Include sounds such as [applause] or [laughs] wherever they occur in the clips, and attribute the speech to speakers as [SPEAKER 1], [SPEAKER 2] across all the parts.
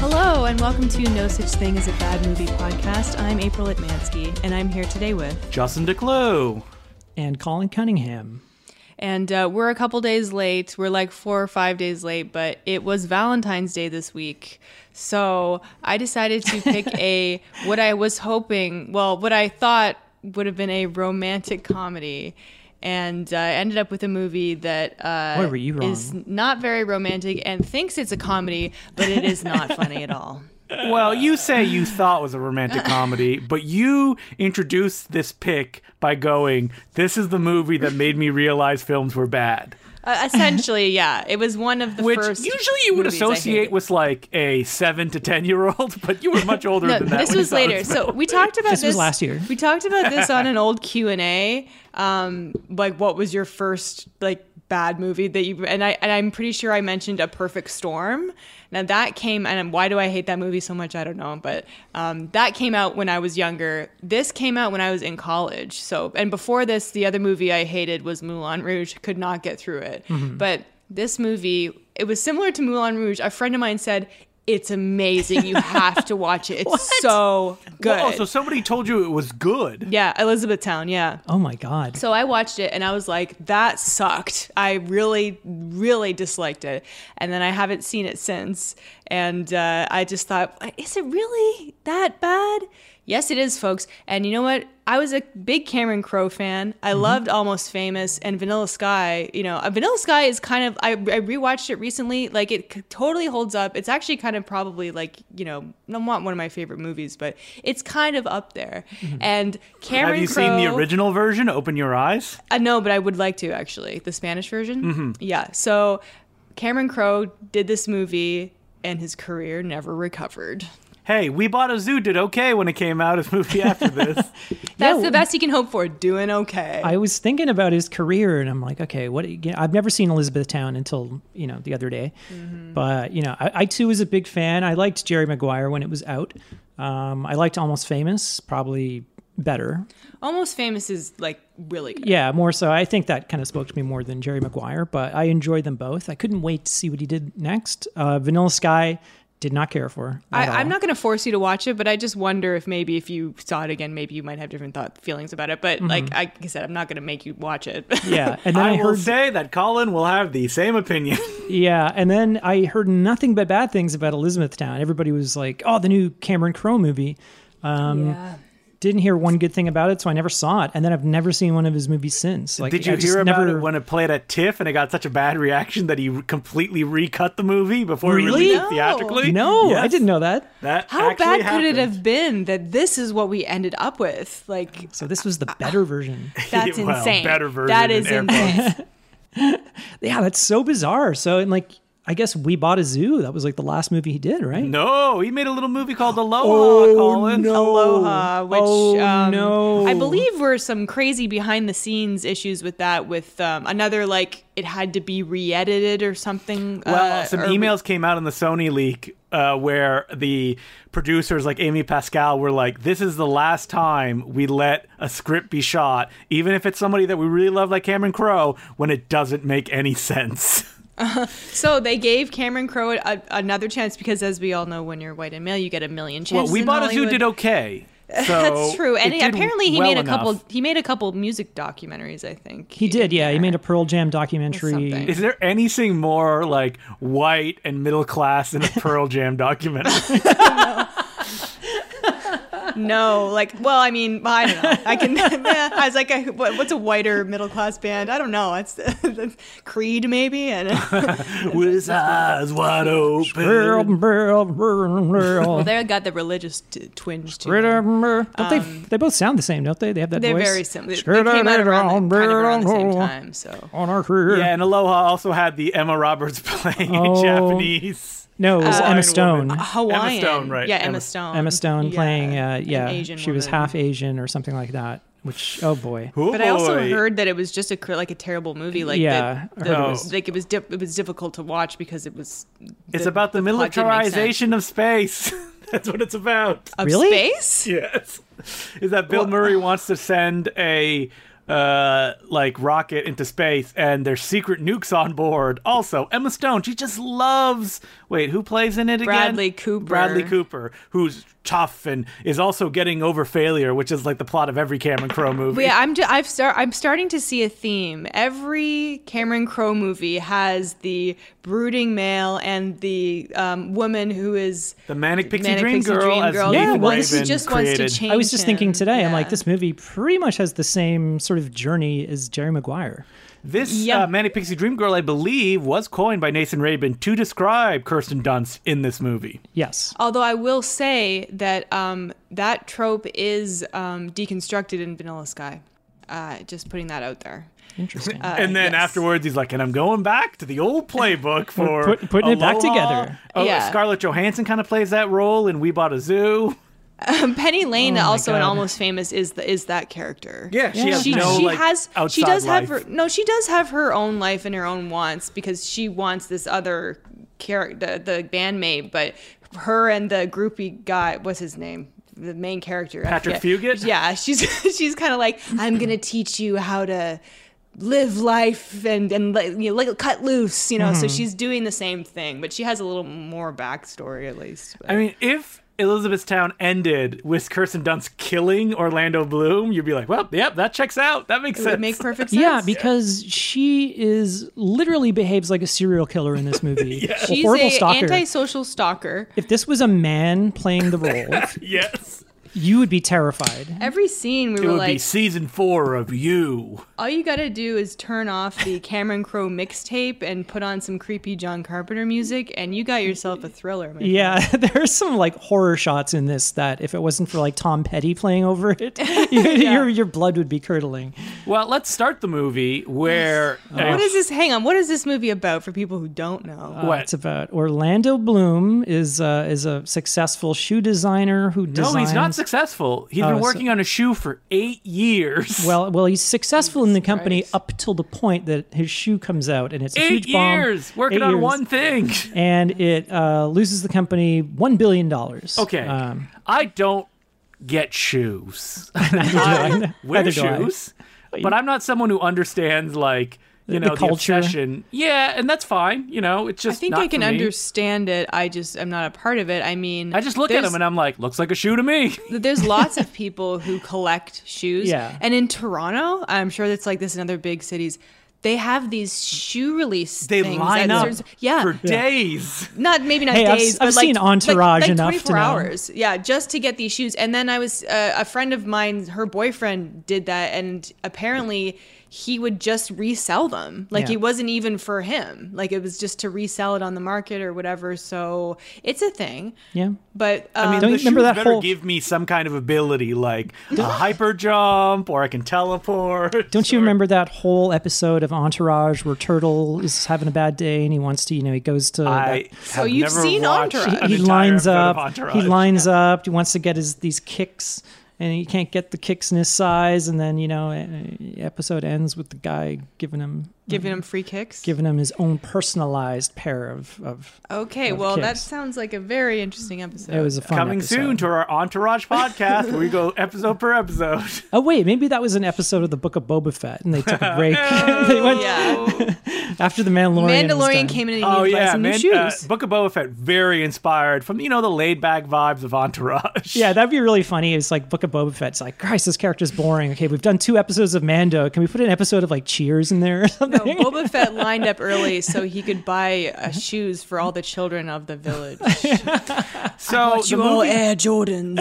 [SPEAKER 1] and welcome to No Such Thing as a Bad Movie podcast. I'm April Itmansky, and I'm here today with.
[SPEAKER 2] Justin DeClue.
[SPEAKER 3] and Colin Cunningham.
[SPEAKER 1] And uh, we're a couple days late. We're like four or five days late, but it was Valentine's Day this week. So I decided to
[SPEAKER 3] [laughs]
[SPEAKER 1] pick a, what I was hoping, well, what I thought would have been a romantic comedy. And uh, I ended up with a movie that uh,
[SPEAKER 3] Boy, were you
[SPEAKER 1] is not very romantic and thinks it's a comedy, but it is not funny at all.
[SPEAKER 2] Well, you say you thought was a
[SPEAKER 1] [laughs]
[SPEAKER 2] romantic comedy, but you introduced this pick by going, "This is the movie that made me realize films were bad,"
[SPEAKER 1] Uh, essentially, yeah, it was one of the
[SPEAKER 2] which
[SPEAKER 1] first.
[SPEAKER 2] usually you would
[SPEAKER 1] movies I hated.
[SPEAKER 2] associate with like a seven to ten year old, but you were much older
[SPEAKER 1] No,
[SPEAKER 2] than that.
[SPEAKER 1] Uh, this
[SPEAKER 2] when you
[SPEAKER 1] was
[SPEAKER 2] thought it
[SPEAKER 1] later. So we talked about this,
[SPEAKER 3] This was last year.
[SPEAKER 1] We talked about this on an old Q and A. Um, like, what was your first like bad movie that you? And I and I'm pretty sure I mentioned A Perfect Storm. Now that came and why do I hate that movie so much? I don't know, but um, that came out when I was younger. This came out when I was in college. So and before this, the other movie I hated was Moulin Rouge. Could not get through it, but. This movie, it was similar to Moulin Rouge. A friend of mine said, it's amazing. You have to watch it. It's so good.
[SPEAKER 2] Well, oh, so somebody told you it was good.
[SPEAKER 1] yeah, Elizabethtown. Yeah.
[SPEAKER 3] Oh my God.
[SPEAKER 1] So I watched it and I was like, that sucked. I really, really disliked it. And then I haven't seen it since. And uh, I just thought, is it really that bad? Yes, it is, folks. And you know what? I was a big Cameron Crowe fan. I
[SPEAKER 2] Mm-hmm.
[SPEAKER 1] loved Almost Famous and Vanilla Sky. You know, uh, Vanilla Sky is kind of, I, I rewatched it recently. Like, it c- totally holds up. It's actually kind of probably like, you know, not one of my favorite movies, but it's kind of up there. And Cameron
[SPEAKER 2] Mm-hmm. Have you seen the
[SPEAKER 1] Crowe-
[SPEAKER 2] original version? Open your eyes.
[SPEAKER 1] uh, no, but I would like to actually the Spanish version.
[SPEAKER 3] Mm-hmm.
[SPEAKER 1] Yeah. So Cameron Crowe did this movie, and his career never recovered.
[SPEAKER 2] Hey, We Bought a Zoo did okay when it came out. His movie
[SPEAKER 1] [laughs]
[SPEAKER 2] after this.
[SPEAKER 1] That's
[SPEAKER 3] Yeah,
[SPEAKER 1] the best he can hope for. Doing okay.
[SPEAKER 3] I was thinking about his career, and I'm like, okay, what? You know, I've never seen Elizabethtown until you know the other day,
[SPEAKER 1] Mm-hmm.
[SPEAKER 3] but you know, I, I too was a big fan. I liked Jerry Maguire when it was out. Um, I liked Almost Famous, probably better.
[SPEAKER 1] Almost Famous is like really good.
[SPEAKER 3] Yeah, more so. I think that kind of spoke to me more than Jerry Maguire, but I enjoyed them both. I couldn't wait to see what he did next. Uh, Vanilla Sky did not care for. at all.
[SPEAKER 1] I, I'm not going to force you to watch it, but I just wonder if maybe if you saw it again, maybe you might have different thought feelings about it. But like, I, like I said, I'm not going to make you watch it. [laughs]
[SPEAKER 3] Mm-hmm. Yeah, and then I,
[SPEAKER 2] I, will
[SPEAKER 3] heard
[SPEAKER 2] say that Colin will have the same opinion.
[SPEAKER 3] Yeah, and then I heard nothing but bad things about Elizabethtown. Everybody was like, "Oh, the new Cameron Crowe movie." Um,
[SPEAKER 1] yeah.
[SPEAKER 3] Didn't hear one good thing about it, so I never saw it. And then I've never seen one of his movies since. Like,
[SPEAKER 2] Did you
[SPEAKER 3] I just
[SPEAKER 2] hear about
[SPEAKER 3] never...
[SPEAKER 2] it when it played at TIFF and it got such a bad reaction that he completely recut the movie before
[SPEAKER 3] Really?
[SPEAKER 2] he released
[SPEAKER 1] No.
[SPEAKER 2] it theatrically?
[SPEAKER 3] No, I
[SPEAKER 2] Yes,
[SPEAKER 3] didn't know that.
[SPEAKER 2] That
[SPEAKER 1] How
[SPEAKER 2] actually
[SPEAKER 1] bad could it
[SPEAKER 2] happened.
[SPEAKER 1] have been that this is what we ended up with?
[SPEAKER 3] [laughs]
[SPEAKER 1] Like,
[SPEAKER 3] So this was the better version.
[SPEAKER 1] that's
[SPEAKER 2] Well,
[SPEAKER 1] insane.
[SPEAKER 2] better version
[SPEAKER 1] that
[SPEAKER 2] in
[SPEAKER 1] is
[SPEAKER 2] air
[SPEAKER 1] insane.
[SPEAKER 3] yeah, that's so bizarre. So and like, I guess we bought a zoo. That was like the last movie he did, right?
[SPEAKER 2] No, he made a little movie
[SPEAKER 3] [gasps]
[SPEAKER 2] called Aloha,
[SPEAKER 3] Oh,
[SPEAKER 2] Colin.
[SPEAKER 3] no.
[SPEAKER 1] Aloha, which
[SPEAKER 3] Oh,
[SPEAKER 1] um,
[SPEAKER 3] no.
[SPEAKER 1] I believe were some crazy behind the scenes issues with that. With um, another, like it had to be re-edited or something.
[SPEAKER 2] Well,
[SPEAKER 1] uh,
[SPEAKER 2] some
[SPEAKER 1] or-
[SPEAKER 3] er,
[SPEAKER 2] emails came out in the Sony leak uh, where the producers, like Amy Pascal, were like, "This is the last time we let a script be shot, even if it's somebody that we really love, like Cameron Crowe, when it doesn't make any sense." [laughs]
[SPEAKER 1] So they gave Cameron Crowe a, another chance because, as we all know, when you're white and male, you get a million chances.
[SPEAKER 2] Well, we
[SPEAKER 1] in
[SPEAKER 2] bought a zoo
[SPEAKER 1] Hollywood.
[SPEAKER 2] did okay. So
[SPEAKER 1] [laughs] That's true, and he-
[SPEAKER 2] it did
[SPEAKER 1] apparently he
[SPEAKER 2] well
[SPEAKER 1] made a
[SPEAKER 2] enough.
[SPEAKER 1] couple. He made a couple music documentaries, I think.
[SPEAKER 3] He did. Yeah, he made a
[SPEAKER 1] a.
[SPEAKER 3] Pearl Jam documentary.
[SPEAKER 1] something.
[SPEAKER 2] Is there anything more like white and middle class than a Pearl [laughs] Jam documentary?
[SPEAKER 1] [laughs] No, like, well, I mean, I don't know. I can. [laughs] I was like, I, what, what's a whiter middle class band? I don't know. It's, [laughs] it's Creed, maybe. And
[SPEAKER 2] With his eyes wide
[SPEAKER 3] Brr,
[SPEAKER 2] open.
[SPEAKER 3] brr, brr, brr.
[SPEAKER 1] they got the religious t- twinge to
[SPEAKER 3] Brr,
[SPEAKER 1] them. Um,
[SPEAKER 3] brr. Don't they? They both sound the same, don't they? They have that
[SPEAKER 1] They're
[SPEAKER 3] voice.
[SPEAKER 1] very similar. They came out around the, kind of around the same time, so.
[SPEAKER 3] on our career.
[SPEAKER 2] Yeah, and Aloha also had the Emma Roberts [laughs] playing
[SPEAKER 3] Oh.
[SPEAKER 2] a Japanese.
[SPEAKER 3] No,
[SPEAKER 1] Uh,
[SPEAKER 3] it was
[SPEAKER 2] Hawaiian
[SPEAKER 3] Emma Stone.
[SPEAKER 2] woman.
[SPEAKER 1] Hawaiian.
[SPEAKER 2] Stone, right.
[SPEAKER 1] Yeah, Emma,
[SPEAKER 2] Emma-
[SPEAKER 1] Stone.
[SPEAKER 3] Emma Stone playing. Uh,
[SPEAKER 1] an
[SPEAKER 3] yeah,
[SPEAKER 1] Asian
[SPEAKER 3] she was
[SPEAKER 1] woman.
[SPEAKER 3] half Asian or something like that. Which oh boy,
[SPEAKER 2] Oh,
[SPEAKER 1] But I also
[SPEAKER 2] boy.
[SPEAKER 1] heard that it was just a cr- like a terrible movie. Like
[SPEAKER 3] Yeah,
[SPEAKER 1] that,
[SPEAKER 3] I
[SPEAKER 1] that
[SPEAKER 3] heard
[SPEAKER 1] it
[SPEAKER 2] it
[SPEAKER 1] was
[SPEAKER 2] was-
[SPEAKER 1] like it was di- it was difficult to watch because it was
[SPEAKER 2] oh. it's about the,
[SPEAKER 1] plot didn't make sense.
[SPEAKER 2] militarization of space. [laughs] That's what it's about.
[SPEAKER 1] of
[SPEAKER 3] Really?
[SPEAKER 2] [laughs]
[SPEAKER 1] space.
[SPEAKER 2] yes. Is that Bill
[SPEAKER 1] Well-
[SPEAKER 2] Murray wants to send a uh, like rocket into space, and there's secret nukes on board. Also, Emma Stone, she just loves. Wait, who plays in it again?
[SPEAKER 1] Bradley Cooper.
[SPEAKER 2] Bradley Cooper, who's tough and is also getting over failure, which is like the plot of every Cameron Crowe movie.
[SPEAKER 1] Yeah, I'm. Ju- I've start. I'm starting to see a theme. Every Cameron Crowe movie has the brooding male and the um, woman who is
[SPEAKER 2] The manic pixie dream girl as
[SPEAKER 1] who
[SPEAKER 3] Nathan
[SPEAKER 1] wants-
[SPEAKER 2] Raven
[SPEAKER 1] who just wants to
[SPEAKER 2] created.
[SPEAKER 1] change.
[SPEAKER 3] I was just thinking
[SPEAKER 1] him.
[SPEAKER 3] today, I'm like,
[SPEAKER 1] Yeah.
[SPEAKER 3] this movie pretty much has the same sort of journey as Jerry Maguire.
[SPEAKER 2] This
[SPEAKER 1] Yeah.
[SPEAKER 2] uh, Manic Pixie Dream Girl, I believe, was coined by Nathan Rabin to describe Kirsten Dunst in this movie.
[SPEAKER 3] Yes.
[SPEAKER 1] Although I will say that um, that trope is um, deconstructed in Vanilla Sky. Uh, just putting that out there.
[SPEAKER 3] Interesting.
[SPEAKER 1] uh,
[SPEAKER 2] and then
[SPEAKER 1] yes.
[SPEAKER 2] afterwards, he's like, and I'm going back to the old playbook for
[SPEAKER 3] put- putting it back
[SPEAKER 2] Aloha."
[SPEAKER 3] together.
[SPEAKER 2] Oh,
[SPEAKER 1] Yeah.
[SPEAKER 2] Scarlett Johansson kind of plays that role in We Bought a Zoo.
[SPEAKER 1] Penny Lane,
[SPEAKER 3] Oh my
[SPEAKER 1] also in
[SPEAKER 3] God.
[SPEAKER 1] Almost Famous, is the, is that character.
[SPEAKER 2] Yeah, she
[SPEAKER 3] Yeah.
[SPEAKER 2] has
[SPEAKER 1] she,
[SPEAKER 2] no
[SPEAKER 1] she
[SPEAKER 2] like
[SPEAKER 1] has
[SPEAKER 2] outside
[SPEAKER 1] she does
[SPEAKER 2] life.
[SPEAKER 1] have her no she does have her own life and her own wants because she wants this other character the, the bandmate but her and the groupie guy what's his name the main character I
[SPEAKER 2] Patrick
[SPEAKER 1] forget.
[SPEAKER 2] Fugit?
[SPEAKER 1] yeah she's [laughs] she's kind of like I'm gonna teach you how to live life and and like, you know, like cut loose you know
[SPEAKER 3] Mm-hmm.
[SPEAKER 1] so she's doing the same thing but she has a little more backstory at least but-
[SPEAKER 2] I mean, if Elizabethtown ended with Kirsten Dunst killing Orlando Bloom, you'd be like, well, yep, that checks out. That makes
[SPEAKER 1] it
[SPEAKER 2] sense.
[SPEAKER 1] would make perfect sense
[SPEAKER 3] yeah, because she is literally behaves like a serial killer in this movie. A
[SPEAKER 1] she's
[SPEAKER 3] horrible
[SPEAKER 1] a
[SPEAKER 3] stalker.
[SPEAKER 1] antisocial stalker
[SPEAKER 3] if this was a man playing
[SPEAKER 1] [laughs]
[SPEAKER 3] the role,
[SPEAKER 2] [laughs] yes.
[SPEAKER 3] you would be terrified.
[SPEAKER 1] Every scene we
[SPEAKER 2] It
[SPEAKER 1] were
[SPEAKER 2] would be
[SPEAKER 1] like,
[SPEAKER 2] season four of you.
[SPEAKER 1] all you gotta do is turn off the Cameron Crowe mixtape and put on some creepy John Carpenter music, and you got yourself a thriller. Man.
[SPEAKER 3] Yeah, [laughs] there are some like horror shots in this that if it wasn't for like Tom Petty playing over it, [laughs] you, your your blood would be curdling.
[SPEAKER 2] Well, let's start the movie where uh,
[SPEAKER 1] What is this? Hang on. What is this movie about for people who don't know?
[SPEAKER 2] what?
[SPEAKER 3] Uh, It's about Orlando Bloom is uh, is a successful shoe designer who
[SPEAKER 2] no,
[SPEAKER 3] designs.
[SPEAKER 2] he's not successful. He's
[SPEAKER 3] Oh,
[SPEAKER 2] been
[SPEAKER 3] so-
[SPEAKER 2] working on a shoe for eight years.
[SPEAKER 3] Well, well, he's successful in the company
[SPEAKER 1] Christ.
[SPEAKER 3] up till the point that his shoe comes out and it's a
[SPEAKER 2] [laughs] eight
[SPEAKER 3] huge bomb.
[SPEAKER 2] years working
[SPEAKER 3] Eight
[SPEAKER 2] on
[SPEAKER 3] years.
[SPEAKER 2] one thing.
[SPEAKER 3] and it uh, loses the company one billion dollars.
[SPEAKER 2] Okay,
[SPEAKER 3] Um,
[SPEAKER 2] I don't get
[SPEAKER 3] [laughs]
[SPEAKER 2] shoes. I wear
[SPEAKER 3] Neither do I.
[SPEAKER 2] shoes, but I'm not someone who understands like you
[SPEAKER 3] The
[SPEAKER 2] know the,
[SPEAKER 3] culture.
[SPEAKER 2] obsession. Yeah, and that's fine. You know, it's
[SPEAKER 1] I
[SPEAKER 2] just
[SPEAKER 1] think
[SPEAKER 2] not
[SPEAKER 1] I can
[SPEAKER 2] for me.
[SPEAKER 1] understand it. I just I'm not a part of it. I mean,
[SPEAKER 2] I just look at
[SPEAKER 1] there's-
[SPEAKER 2] him and I'm like, looks like a shoe to me.
[SPEAKER 1] [laughs] there's lots of people who collect shoes.
[SPEAKER 3] Yeah.
[SPEAKER 1] And in Toronto, I'm sure that's like this in other big cities. They have these shoe release.
[SPEAKER 2] They
[SPEAKER 1] things at
[SPEAKER 2] line up
[SPEAKER 1] certain- yeah.
[SPEAKER 2] for days.
[SPEAKER 1] not maybe not
[SPEAKER 3] Hey, I've
[SPEAKER 1] days.
[SPEAKER 3] s-
[SPEAKER 1] but
[SPEAKER 3] I've
[SPEAKER 1] like-
[SPEAKER 3] seen
[SPEAKER 1] like-
[SPEAKER 3] Entourage
[SPEAKER 1] like,
[SPEAKER 3] enough to
[SPEAKER 1] 24
[SPEAKER 3] know.
[SPEAKER 1] hours. Yeah, just to get these shoes. And then I was uh, a friend of mine. Her boyfriend did that, and apparently he would just resell them. Like
[SPEAKER 3] Yeah.
[SPEAKER 1] it wasn't even for him. Like it was just to resell it on the market or whatever. So it's a thing.
[SPEAKER 3] yeah.
[SPEAKER 1] But um,
[SPEAKER 2] I mean,
[SPEAKER 3] Don't
[SPEAKER 2] the
[SPEAKER 3] you remember
[SPEAKER 2] shoes
[SPEAKER 3] that
[SPEAKER 2] better
[SPEAKER 3] whole-
[SPEAKER 2] give me some kind of ability, like
[SPEAKER 3] [gasps]
[SPEAKER 2] a hyper jump, or I can teleport.
[SPEAKER 3] Don't you remember that whole episode of Entourage where Turtle is having a bad day and he wants to, you know, he goes
[SPEAKER 2] I
[SPEAKER 3] to Oh, that-
[SPEAKER 2] have
[SPEAKER 1] you've
[SPEAKER 2] never
[SPEAKER 1] seen
[SPEAKER 2] watched
[SPEAKER 1] Entourage.
[SPEAKER 2] an
[SPEAKER 3] he
[SPEAKER 2] entire
[SPEAKER 3] lines
[SPEAKER 2] episode of
[SPEAKER 3] up, he
[SPEAKER 2] Entourage.
[SPEAKER 3] lines up, he wants to get his these kicks and he can't get the kicks in his size and then, you know, eh, episode ends with the guy giving him
[SPEAKER 1] giving him free kicks.
[SPEAKER 3] giving him his own personalized pair of of
[SPEAKER 1] okay,
[SPEAKER 3] of
[SPEAKER 1] well that
[SPEAKER 3] kicks.
[SPEAKER 1] sounds like a very interesting episode.
[SPEAKER 3] it was a fun
[SPEAKER 2] Coming
[SPEAKER 3] episode.
[SPEAKER 2] soon to our Entourage podcast, where we go episode per episode.
[SPEAKER 3] Oh wait, maybe that was an episode of the Book of Boba Fett, and they took
[SPEAKER 2] [laughs]
[SPEAKER 3] a break. [laughs] they went
[SPEAKER 1] yeah,
[SPEAKER 3] after the Mandalorian. was done.
[SPEAKER 1] Mandalorian came in and he
[SPEAKER 2] Oh
[SPEAKER 1] needed to buy
[SPEAKER 2] yeah,
[SPEAKER 1] some
[SPEAKER 2] man.
[SPEAKER 1] new
[SPEAKER 2] uh,
[SPEAKER 3] [laughs]
[SPEAKER 1] shoes.
[SPEAKER 2] Book of Boba Fett, very inspired from you know the laid back vibes of Entourage.
[SPEAKER 3] Yeah, that'd be really funny. It's like Book of Boba Fett. It's like, Christ, this character's boring. Okay, we've done two episodes of Mando. Can we put an episode of like Cheers in there or [laughs]
[SPEAKER 1] No,
[SPEAKER 3] something?
[SPEAKER 1] Boba Fett lined up early so he could buy uh, shoes for all the children of the village.
[SPEAKER 2] [laughs] so the movie,
[SPEAKER 1] Air Jordans.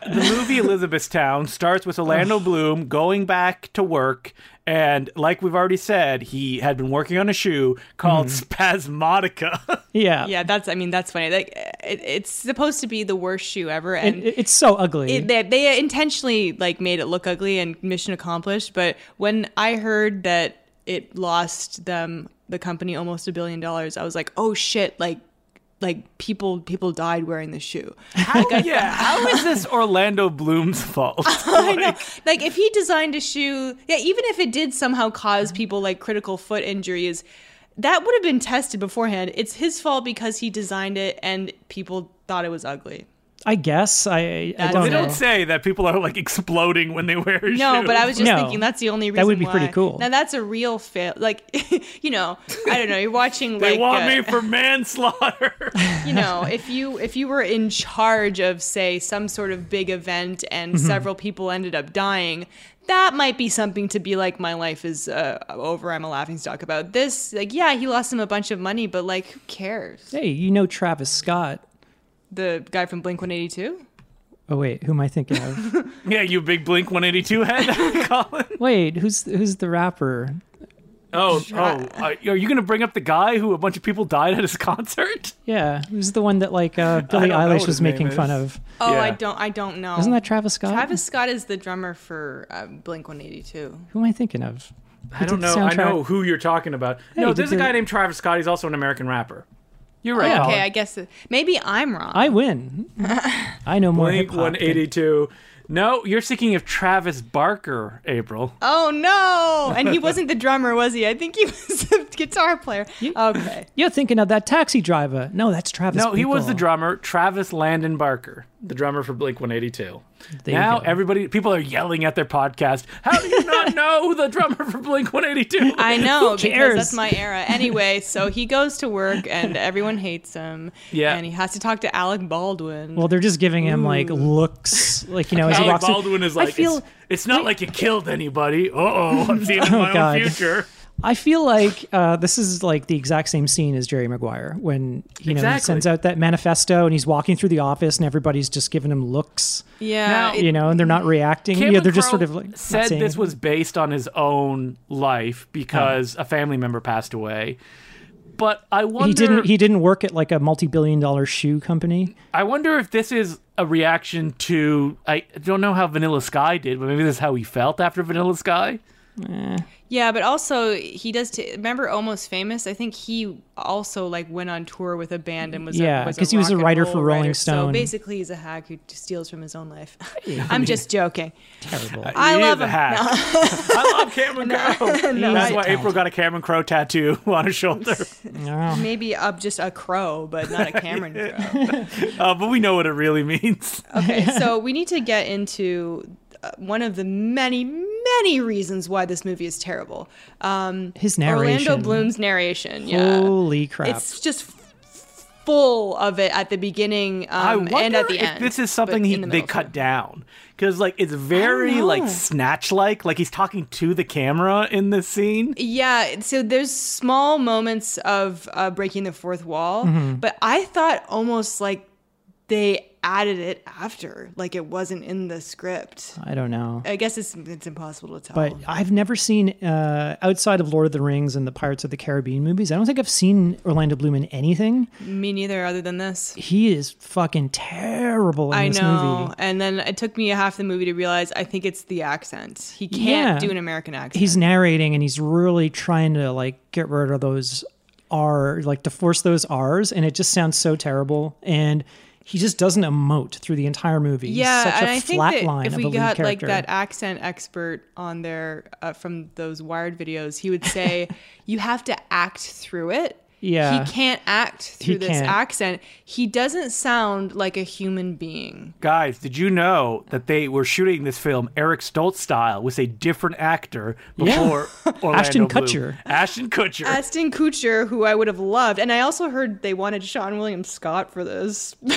[SPEAKER 2] [laughs] the movie Elizabethtown starts with Orlando Bloom going back to work, and like we've already said, he had been working on a shoe called
[SPEAKER 1] Mm-hmm. [laughs]
[SPEAKER 2] Spasmodica. [laughs]
[SPEAKER 3] yeah,
[SPEAKER 1] Yeah, that's. I mean, that's funny. Like, it, it's supposed to be the worst shoe ever,
[SPEAKER 3] It-
[SPEAKER 1] and.
[SPEAKER 3] it- it's so ugly.
[SPEAKER 1] it, they, they intentionally like made it look ugly and mission accomplished but when i heard that it lost them the company almost a billion dollars i was like oh shit like like people people died wearing the shoe
[SPEAKER 2] How, yeah, how is
[SPEAKER 1] [laughs]
[SPEAKER 2] this Orlando Bloom's fault?
[SPEAKER 1] I [laughs] know. Like if he designed a shoe, yeah, even if it did somehow cause people like critical foot injuries, that would have been tested beforehand. It's his fault because he designed it and people thought it was ugly.
[SPEAKER 3] I guess I, I
[SPEAKER 1] That's
[SPEAKER 3] don't
[SPEAKER 2] They
[SPEAKER 1] it.
[SPEAKER 3] know.
[SPEAKER 2] don't say that people are like exploding when they wear shoes.
[SPEAKER 1] No, but I was just
[SPEAKER 3] No.
[SPEAKER 1] thinking that's the only reason.
[SPEAKER 3] That would be pretty
[SPEAKER 1] why.
[SPEAKER 3] cool.
[SPEAKER 1] Now that's a real fail. Like, [laughs] you know, I don't know. You're
[SPEAKER 3] [laughs]
[SPEAKER 1] watching.
[SPEAKER 2] They
[SPEAKER 1] like,
[SPEAKER 2] want
[SPEAKER 1] uh, [laughs]
[SPEAKER 2] me for manslaughter.
[SPEAKER 1] you know, if you if you were in charge of say some sort of big event and
[SPEAKER 3] Mm-hmm.
[SPEAKER 1] several people ended up dying, that might be something to be like my life is uh, over. I'm a laughing stock about this. Like, yeah, he lost him a bunch of money, but like, who cares?
[SPEAKER 3] Hey, you know Travis Scott.
[SPEAKER 1] The guy from Blink 182.
[SPEAKER 3] Oh wait, who am I thinking of?
[SPEAKER 2] yeah, you big Blink 182 head, Colin.
[SPEAKER 3] [laughs] wait, who's who's the rapper?
[SPEAKER 2] Oh, oh, uh, are you going to bring up the guy who a bunch of people died at his [laughs] concert?
[SPEAKER 3] Yeah, who's the one
[SPEAKER 2] [laughs]
[SPEAKER 3] that like uh, Billie
[SPEAKER 2] know
[SPEAKER 3] Eilish
[SPEAKER 2] what
[SPEAKER 3] was
[SPEAKER 2] his name
[SPEAKER 3] making fun
[SPEAKER 2] is.
[SPEAKER 3] of?
[SPEAKER 1] Oh, I
[SPEAKER 2] Yeah.
[SPEAKER 1] don't. I don't know.
[SPEAKER 3] Isn't that Travis Scott?
[SPEAKER 1] Travis Scott is the drummer for uh, Blink 182.
[SPEAKER 3] Who am I thinking of?
[SPEAKER 2] I don't know. I know who you're talking about.
[SPEAKER 3] Hey,
[SPEAKER 2] no,
[SPEAKER 3] did
[SPEAKER 2] there's a
[SPEAKER 3] the-
[SPEAKER 2] guy named Travis Scott. He's also an American rapper. You're right.
[SPEAKER 3] Yeah.
[SPEAKER 2] Colin.
[SPEAKER 1] Okay, I guess it- maybe I'm wrong.
[SPEAKER 3] I win. I know more.
[SPEAKER 2] Blink
[SPEAKER 3] hip-hop than-
[SPEAKER 2] 182. No, you're thinking of Travis Barker, April.
[SPEAKER 1] Oh no!
[SPEAKER 3] [laughs]
[SPEAKER 1] And he wasn't the drummer, was he? I think he [laughs] was the guitar player.
[SPEAKER 3] [laughs]
[SPEAKER 1] Okay.
[SPEAKER 3] You're thinking of that taxi driver. No, that's Travis.
[SPEAKER 2] No, he was the
[SPEAKER 3] Bickle.
[SPEAKER 2] drummer, Travis Landon Barker, the drummer for Blink 182.
[SPEAKER 3] There you
[SPEAKER 2] now
[SPEAKER 3] go.
[SPEAKER 2] everybody, people are yelling at their podcast. How do you
[SPEAKER 3] [laughs]
[SPEAKER 2] not know who the drummer for Blink 182?
[SPEAKER 1] I know because
[SPEAKER 3] cares?
[SPEAKER 1] that's my era. Anyway, so he goes to work and everyone hates him.
[SPEAKER 2] Yeah.
[SPEAKER 1] And he has to talk to Alec Baldwin.
[SPEAKER 3] Well, they're just giving him like looks, like
[SPEAKER 2] [laughs]
[SPEAKER 3] you know, as Oh, he
[SPEAKER 2] Alec
[SPEAKER 3] walks. in-
[SPEAKER 2] Baldwin is
[SPEAKER 3] I
[SPEAKER 2] like,
[SPEAKER 3] feel,
[SPEAKER 2] it's, it's not like you killed anybody. Uh oh, I'm
[SPEAKER 3] [laughs]
[SPEAKER 2] seeing my
[SPEAKER 3] God.
[SPEAKER 2] own future.
[SPEAKER 3] I feel like uh, this is like the exact same scene as Jerry Maguire when you know he
[SPEAKER 2] Exactly.
[SPEAKER 3] sends out that manifesto and he's walking through the office and everybody's just giving him looks,
[SPEAKER 1] yeah.
[SPEAKER 2] Now-
[SPEAKER 1] it-
[SPEAKER 3] you know, and they're not reacting.
[SPEAKER 2] Cameron
[SPEAKER 3] yeah, they're just
[SPEAKER 2] Crowe
[SPEAKER 3] sort of like not
[SPEAKER 2] said
[SPEAKER 3] saying
[SPEAKER 2] this
[SPEAKER 3] anything.
[SPEAKER 2] was based on his own life because a family member passed away. But I wonder.
[SPEAKER 3] Oh. He didn't. He didn't work at like a multi-billion-dollar shoe company.
[SPEAKER 2] I wonder if this is a reaction to I don't know how Vanilla Sky did, but maybe this is how he felt after Vanilla Sky.
[SPEAKER 1] yeah, but also he does. T- remember, Almost Famous? I think he also like went on tour with a band and was
[SPEAKER 3] Yeah,
[SPEAKER 1] because
[SPEAKER 3] 'cause he was a writer for Rolling
[SPEAKER 1] So
[SPEAKER 3] Stone.
[SPEAKER 1] basically, he's a hack who steals from his own
[SPEAKER 3] [laughs]
[SPEAKER 1] life. I'm just joking.
[SPEAKER 3] Terrible.
[SPEAKER 1] I
[SPEAKER 2] Uh, He is
[SPEAKER 1] love
[SPEAKER 2] a
[SPEAKER 1] him.
[SPEAKER 2] hack. [laughs] I love
[SPEAKER 1] [laughs]
[SPEAKER 2] Cameron Crowe. That's
[SPEAKER 3] I
[SPEAKER 2] why
[SPEAKER 3] don't.
[SPEAKER 2] April got a Cameron Crowe tattoo [laughs] on her
[SPEAKER 3] [laughs]
[SPEAKER 2] shoulder.
[SPEAKER 3] No.
[SPEAKER 1] Maybe up just a crow, but not a Cameron
[SPEAKER 3] [laughs]
[SPEAKER 1] crow.
[SPEAKER 2] Uh, but we know what it really means.
[SPEAKER 1] Okay,
[SPEAKER 3] [laughs]
[SPEAKER 1] so we need to get into uh, one of the many, many reasons why this movie is terrible. Um,
[SPEAKER 3] His narration.
[SPEAKER 1] Orlando Bloom's narration. Yeah,
[SPEAKER 3] Holy crap!
[SPEAKER 1] it's just f- full of it at the beginning
[SPEAKER 2] I
[SPEAKER 1] um,
[SPEAKER 2] wonder
[SPEAKER 1] and at the
[SPEAKER 2] if
[SPEAKER 1] end.
[SPEAKER 2] this is
[SPEAKER 1] but
[SPEAKER 2] something he,
[SPEAKER 1] in the
[SPEAKER 2] they
[SPEAKER 1] middle,
[SPEAKER 2] cut down because like it's very like
[SPEAKER 1] know.
[SPEAKER 2] snatch like like he's talking to the camera in this scene.
[SPEAKER 1] Yeah, so there's small moments of uh, breaking the fourth wall,
[SPEAKER 3] Mm-hmm.
[SPEAKER 1] but I thought almost like they added it after, like it wasn't in the script.
[SPEAKER 3] I don't know.
[SPEAKER 1] I guess it's it's impossible to tell.
[SPEAKER 3] But I've never seen uh, outside of Lord of the Rings and the Pirates of the Caribbean movies. I don't think I've seen Orlando Bloom in anything.
[SPEAKER 1] Me neither, other than this.
[SPEAKER 3] He is fucking terrible in
[SPEAKER 1] I
[SPEAKER 3] this
[SPEAKER 1] know.
[SPEAKER 3] movie.
[SPEAKER 1] And then it took me half the movie to realize I think it's the accent. He can't
[SPEAKER 3] Yeah.
[SPEAKER 1] do an American accent.
[SPEAKER 3] He's narrating and he's really trying to like get rid of those R, like to force those R's, and it just sounds so terrible. And he just doesn't emote through the entire movie. He's
[SPEAKER 1] yeah,
[SPEAKER 3] such a
[SPEAKER 1] and I think
[SPEAKER 3] flat
[SPEAKER 1] that
[SPEAKER 3] line
[SPEAKER 1] if
[SPEAKER 3] of
[SPEAKER 1] we
[SPEAKER 3] a lead
[SPEAKER 1] got like
[SPEAKER 3] character.
[SPEAKER 1] that accent expert on there uh, from those Wired videos, he would
[SPEAKER 3] [laughs]
[SPEAKER 1] say you have to act through it.
[SPEAKER 3] Yeah.
[SPEAKER 1] he can't act through this
[SPEAKER 3] can't.
[SPEAKER 1] accent. He doesn't sound like a human being.
[SPEAKER 2] Guys, did you know that they were shooting this film Eric Stoltz style with a different actor
[SPEAKER 1] [laughs]
[SPEAKER 3] Yeah.
[SPEAKER 2] before Orlando
[SPEAKER 3] Ashton
[SPEAKER 2] Bloom?
[SPEAKER 3] Kutcher.
[SPEAKER 2] Ashton Kutcher.
[SPEAKER 1] Aston Kutcher, who I would have loved, and I also heard they wanted Sean William Scott for this.
[SPEAKER 2] dude,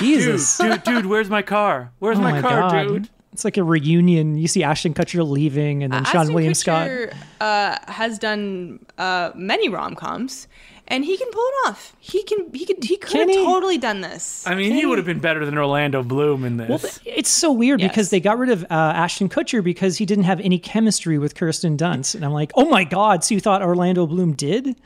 [SPEAKER 2] [laughs]
[SPEAKER 3] Jesus. Oh
[SPEAKER 2] dude, dude, where's my car?
[SPEAKER 1] Oh
[SPEAKER 2] Where's my, car, dude?
[SPEAKER 3] It's like a reunion. You see Ashton Kutcher leaving and then Sean
[SPEAKER 1] Uh, Ashton
[SPEAKER 3] William Scott.
[SPEAKER 1] Kutcher, uh, has done uh, many rom coms, and he can pull it off. He can. He could. He could have
[SPEAKER 3] Can he?
[SPEAKER 1] totally done this.
[SPEAKER 2] I mean, he would have been better than Orlando Bloom in this.
[SPEAKER 3] Well, th- it's so weird
[SPEAKER 1] Yes.
[SPEAKER 3] because they got rid of uh, Ashton Kutcher because he didn't have any chemistry with Kirsten Dunst, and I'm like, oh my god! So you thought Orlando Bloom did?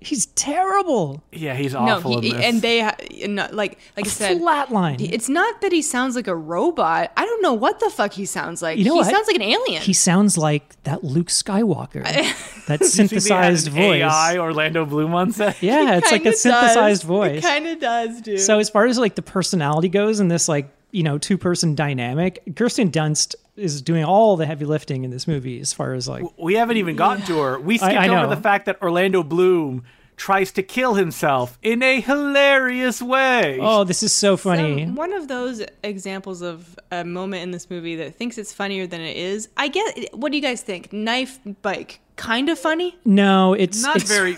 [SPEAKER 3] He's terrible.
[SPEAKER 2] yeah, he's
[SPEAKER 1] no,
[SPEAKER 2] awful
[SPEAKER 1] he,
[SPEAKER 2] in this.
[SPEAKER 1] and they ha- and, uh, like like I said.
[SPEAKER 3] Flatline.
[SPEAKER 1] It's not that he sounds like a robot. I don't know what the fuck he sounds like.
[SPEAKER 3] You know
[SPEAKER 1] he
[SPEAKER 3] what?
[SPEAKER 1] sounds like an alien.
[SPEAKER 3] he sounds like that Luke Skywalker,
[SPEAKER 1] [laughs]
[SPEAKER 3] that
[SPEAKER 2] You think they had an
[SPEAKER 3] synthesized voice.
[SPEAKER 2] AI Orlando Bloom on set.
[SPEAKER 3] Yeah, it's like
[SPEAKER 1] Kinda
[SPEAKER 3] a
[SPEAKER 1] does.
[SPEAKER 3] synthesized voice.
[SPEAKER 1] It kind of does, dude.
[SPEAKER 3] So as far as like the personality goes in this like, you know, two person dynamic, Kirsten Dunst is doing all the heavy lifting in this movie as far as like
[SPEAKER 2] We haven't even gotten to her. We skipped
[SPEAKER 3] I
[SPEAKER 2] over
[SPEAKER 3] know.
[SPEAKER 2] the fact that Orlando Bloom tries to kill himself in a hilarious way.
[SPEAKER 3] Oh, this is so funny.
[SPEAKER 1] Some- one of those examples of a moment in this movie that thinks it's funnier than it is. I get. What do you guys think? Knife bike, kind of funny.
[SPEAKER 3] no, it's
[SPEAKER 2] Not
[SPEAKER 3] it's-
[SPEAKER 2] very.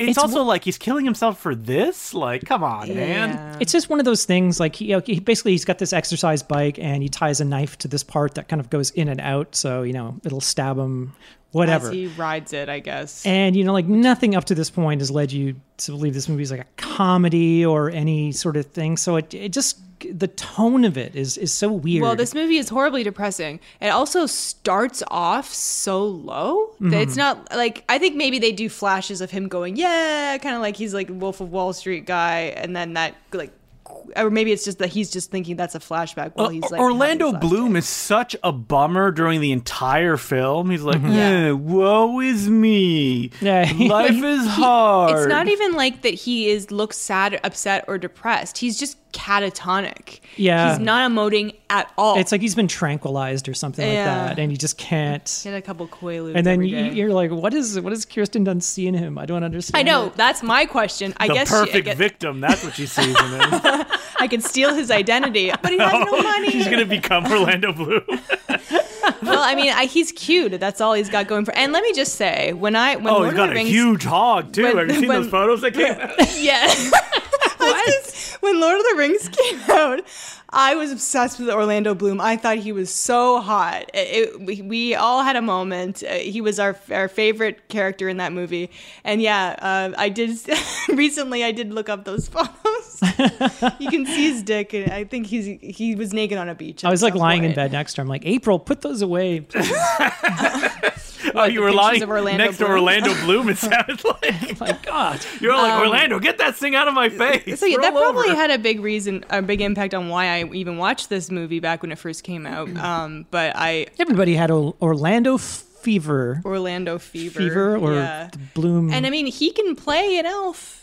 [SPEAKER 2] It's, also like he's killing himself for this. Like, come on, man.
[SPEAKER 1] Yeah.
[SPEAKER 3] It's just one of those things. Like he, you know, he basically he's got this exercise bike, and he ties a knife to this part that kind of goes in and out. So you know it'll stab him, whatever.
[SPEAKER 1] As he rides it, I guess.
[SPEAKER 3] And you know, like nothing up to this point has led you to believe this movie is like a comedy or any sort of thing. So it, it just the tone of it is is so weird.
[SPEAKER 1] Well, this movie is horribly depressing. It also starts off so low that
[SPEAKER 3] Mm-hmm.
[SPEAKER 1] it's not like I think maybe they do flashes of him going, yeah, kind of like he's like Wolf of Wall Street guy, and then that like, or maybe it's just that he's just thinking that's a flashback while he's
[SPEAKER 2] O-
[SPEAKER 1] like
[SPEAKER 2] Orlando
[SPEAKER 1] having flashbacks.
[SPEAKER 2] Bloom is such a bummer during the entire film. He's like,
[SPEAKER 1] Mm-hmm. Yeah.
[SPEAKER 2] "Eh, "Woe is me.
[SPEAKER 3] Yeah. [laughs]
[SPEAKER 2] Life is hard."
[SPEAKER 1] It's not even like that he is looks sad, upset, or depressed. He's just catatonic.
[SPEAKER 3] Yeah.
[SPEAKER 1] he's not emoting at all.
[SPEAKER 3] it's like he's been tranquilized or something
[SPEAKER 1] Yeah.
[SPEAKER 3] like that, and you just can't.
[SPEAKER 1] get a couple quaaludes,
[SPEAKER 3] And then
[SPEAKER 1] every
[SPEAKER 3] you,
[SPEAKER 1] day.
[SPEAKER 3] you're like, what is what is Kirsten done seeing him? I don't
[SPEAKER 1] I
[SPEAKER 3] understand.
[SPEAKER 1] know
[SPEAKER 3] it.
[SPEAKER 1] that's my question. I
[SPEAKER 2] the
[SPEAKER 1] guess she- I
[SPEAKER 2] perfect
[SPEAKER 1] get-
[SPEAKER 2] victim. That's what she sees
[SPEAKER 1] [laughs]
[SPEAKER 2] in him.
[SPEAKER 1] I can steal his identity, [laughs] but he
[SPEAKER 2] [laughs]
[SPEAKER 1] has no money.
[SPEAKER 2] Oh, She's gonna become Orlando Bloom.
[SPEAKER 1] well, I mean, I, he's cute. That's all he's got going for. And let me just say, when I when
[SPEAKER 2] Oh,
[SPEAKER 1] Lord
[SPEAKER 2] he's
[SPEAKER 1] of
[SPEAKER 2] got
[SPEAKER 1] the
[SPEAKER 2] a
[SPEAKER 1] Rings,
[SPEAKER 2] huge hog too.
[SPEAKER 1] when-
[SPEAKER 2] Have you seen
[SPEAKER 1] when-
[SPEAKER 2] those photos that came? out?
[SPEAKER 3] [laughs]
[SPEAKER 1] yeah. when Lord of the Rings [laughs] came out, I was obsessed with Orlando Bloom. I thought he was so hot. It- it- we, we all had a moment. Uh, he was our our favorite character in that movie. And yeah, uh, I did [laughs] recently. I did look up those [laughs] photos. you can see his dick, and I think he's he was naked on a beach.
[SPEAKER 3] I was like lying in
[SPEAKER 1] bed.
[SPEAKER 3] bed next to her. I'm like, April, put those away. [clears throat]
[SPEAKER 2] oh, you
[SPEAKER 1] the
[SPEAKER 2] were
[SPEAKER 1] pictures
[SPEAKER 2] lying
[SPEAKER 1] of Orlando
[SPEAKER 2] next to
[SPEAKER 1] Bloom? [laughs] Oh
[SPEAKER 2] Orlando Bloom. It sounded like
[SPEAKER 3] My God.
[SPEAKER 2] [laughs] you're all like Orlando. Get that thing out of my face.
[SPEAKER 1] Um, [laughs] So yeah, that
[SPEAKER 2] Roll over."
[SPEAKER 1] probably had a big reason, a big impact on why I even watched this movie back when it first came out. Um, but I
[SPEAKER 3] Everybody had Or- Orlando fever,
[SPEAKER 1] Orlando Fever,
[SPEAKER 3] fever, or
[SPEAKER 1] yeah.
[SPEAKER 3] the bloom.
[SPEAKER 1] and I mean he can play an elf.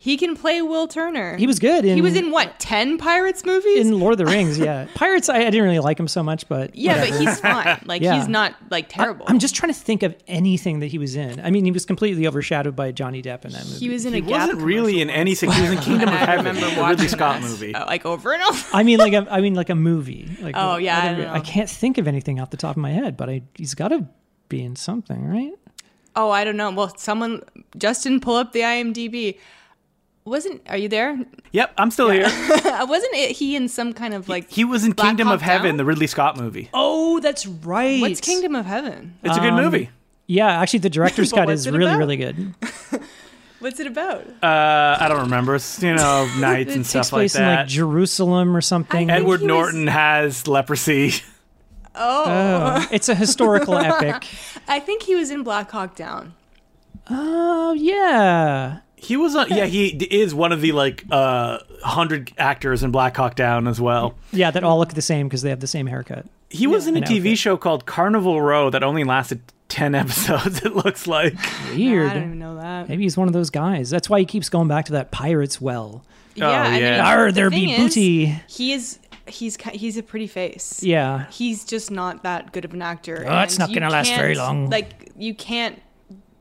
[SPEAKER 1] He can play Will Turner.
[SPEAKER 3] he was good. In,
[SPEAKER 1] he was in what ten Pirates movies?
[SPEAKER 3] in [laughs] Lord of the Rings. Yeah, Pirates. I, I didn't really like him so much, but
[SPEAKER 1] yeah,
[SPEAKER 3] whatever.
[SPEAKER 1] but he's
[SPEAKER 3] [laughs]
[SPEAKER 1] fine. Like
[SPEAKER 3] Yeah.
[SPEAKER 1] he's not like terrible.
[SPEAKER 3] I'm just trying to think of anything that he was in. I mean, he was completely overshadowed by Johnny Depp in that movie.
[SPEAKER 1] he was in a
[SPEAKER 2] He
[SPEAKER 1] Gap
[SPEAKER 2] wasn't really in
[SPEAKER 1] commercial
[SPEAKER 2] any. He
[SPEAKER 1] [laughs]
[SPEAKER 2] was in Kingdom of
[SPEAKER 1] once, and I
[SPEAKER 2] Heaven,
[SPEAKER 1] remember
[SPEAKER 2] the
[SPEAKER 1] watching
[SPEAKER 2] Ridley Scott
[SPEAKER 1] this,
[SPEAKER 2] movie.
[SPEAKER 1] uh, like over and over.
[SPEAKER 3] [laughs] I mean, like a, I mean, like a movie. Like,
[SPEAKER 1] Oh, yeah, I
[SPEAKER 3] don't
[SPEAKER 1] don't
[SPEAKER 3] know.
[SPEAKER 1] know.
[SPEAKER 3] I can't think of anything off the top of my head, but I he's got to be in something, right?
[SPEAKER 1] Oh, I don't know. Well, someone Justin pull up the IMDb. Wasn't are you there? [laughs] Uh,
[SPEAKER 2] Yep, I'm still here.
[SPEAKER 1] Wasn't it, he in some kind of like
[SPEAKER 2] He was in
[SPEAKER 1] Black
[SPEAKER 2] Kingdom
[SPEAKER 1] Hawk
[SPEAKER 2] of Heaven,
[SPEAKER 1] Down?
[SPEAKER 2] the Ridley Scott movie.
[SPEAKER 3] Oh, that's right.
[SPEAKER 1] What's Kingdom of Heaven?
[SPEAKER 2] It's a good movie.
[SPEAKER 3] Yeah, actually, the
[SPEAKER 1] [laughs]
[SPEAKER 3] director's
[SPEAKER 1] But
[SPEAKER 3] cut
[SPEAKER 1] what's
[SPEAKER 3] is
[SPEAKER 1] it
[SPEAKER 3] really,
[SPEAKER 1] about?
[SPEAKER 3] really good.
[SPEAKER 1] What's it about?
[SPEAKER 2] Uh, I don't remember. It's
[SPEAKER 1] [laughs]
[SPEAKER 2] you know nights and
[SPEAKER 3] It takes
[SPEAKER 2] stuff like
[SPEAKER 3] place in like
[SPEAKER 2] that.
[SPEAKER 3] Jerusalem or something.
[SPEAKER 1] I think
[SPEAKER 2] Edward
[SPEAKER 1] he was-
[SPEAKER 2] Norton has leprosy. [laughs]
[SPEAKER 1] Oh,
[SPEAKER 3] Oh, it's
[SPEAKER 1] [laughs]
[SPEAKER 3] a historical epic.
[SPEAKER 1] I think he was in Black Hawk Down.
[SPEAKER 3] Oh yeah,
[SPEAKER 2] He was on. Yeah, he d- is one of the like uh hundred actors in Black Hawk Down as well.
[SPEAKER 3] yeah, that all look the same because they have the same haircut.
[SPEAKER 2] He was in a
[SPEAKER 3] An
[SPEAKER 2] TV
[SPEAKER 3] outfit.
[SPEAKER 2] show called Carnival Row that only lasted ten [laughs] episodes. It looks like.
[SPEAKER 1] I don't
[SPEAKER 3] Weird.
[SPEAKER 1] even know that.
[SPEAKER 3] Maybe he's one of those guys. That's why he keeps going back to that pirates well.
[SPEAKER 1] yeah, I mean,
[SPEAKER 2] Oh, yeah.
[SPEAKER 3] Arr, there
[SPEAKER 1] the
[SPEAKER 3] be
[SPEAKER 1] thing is,
[SPEAKER 3] booty.
[SPEAKER 1] he is. He's ki- he's a pretty face.
[SPEAKER 3] Yeah.
[SPEAKER 1] He's just not that good of an actor.
[SPEAKER 3] Oh, it's
[SPEAKER 1] and
[SPEAKER 3] not
[SPEAKER 1] you
[SPEAKER 3] gonna last very
[SPEAKER 1] can't-
[SPEAKER 3] long.
[SPEAKER 1] Like you can't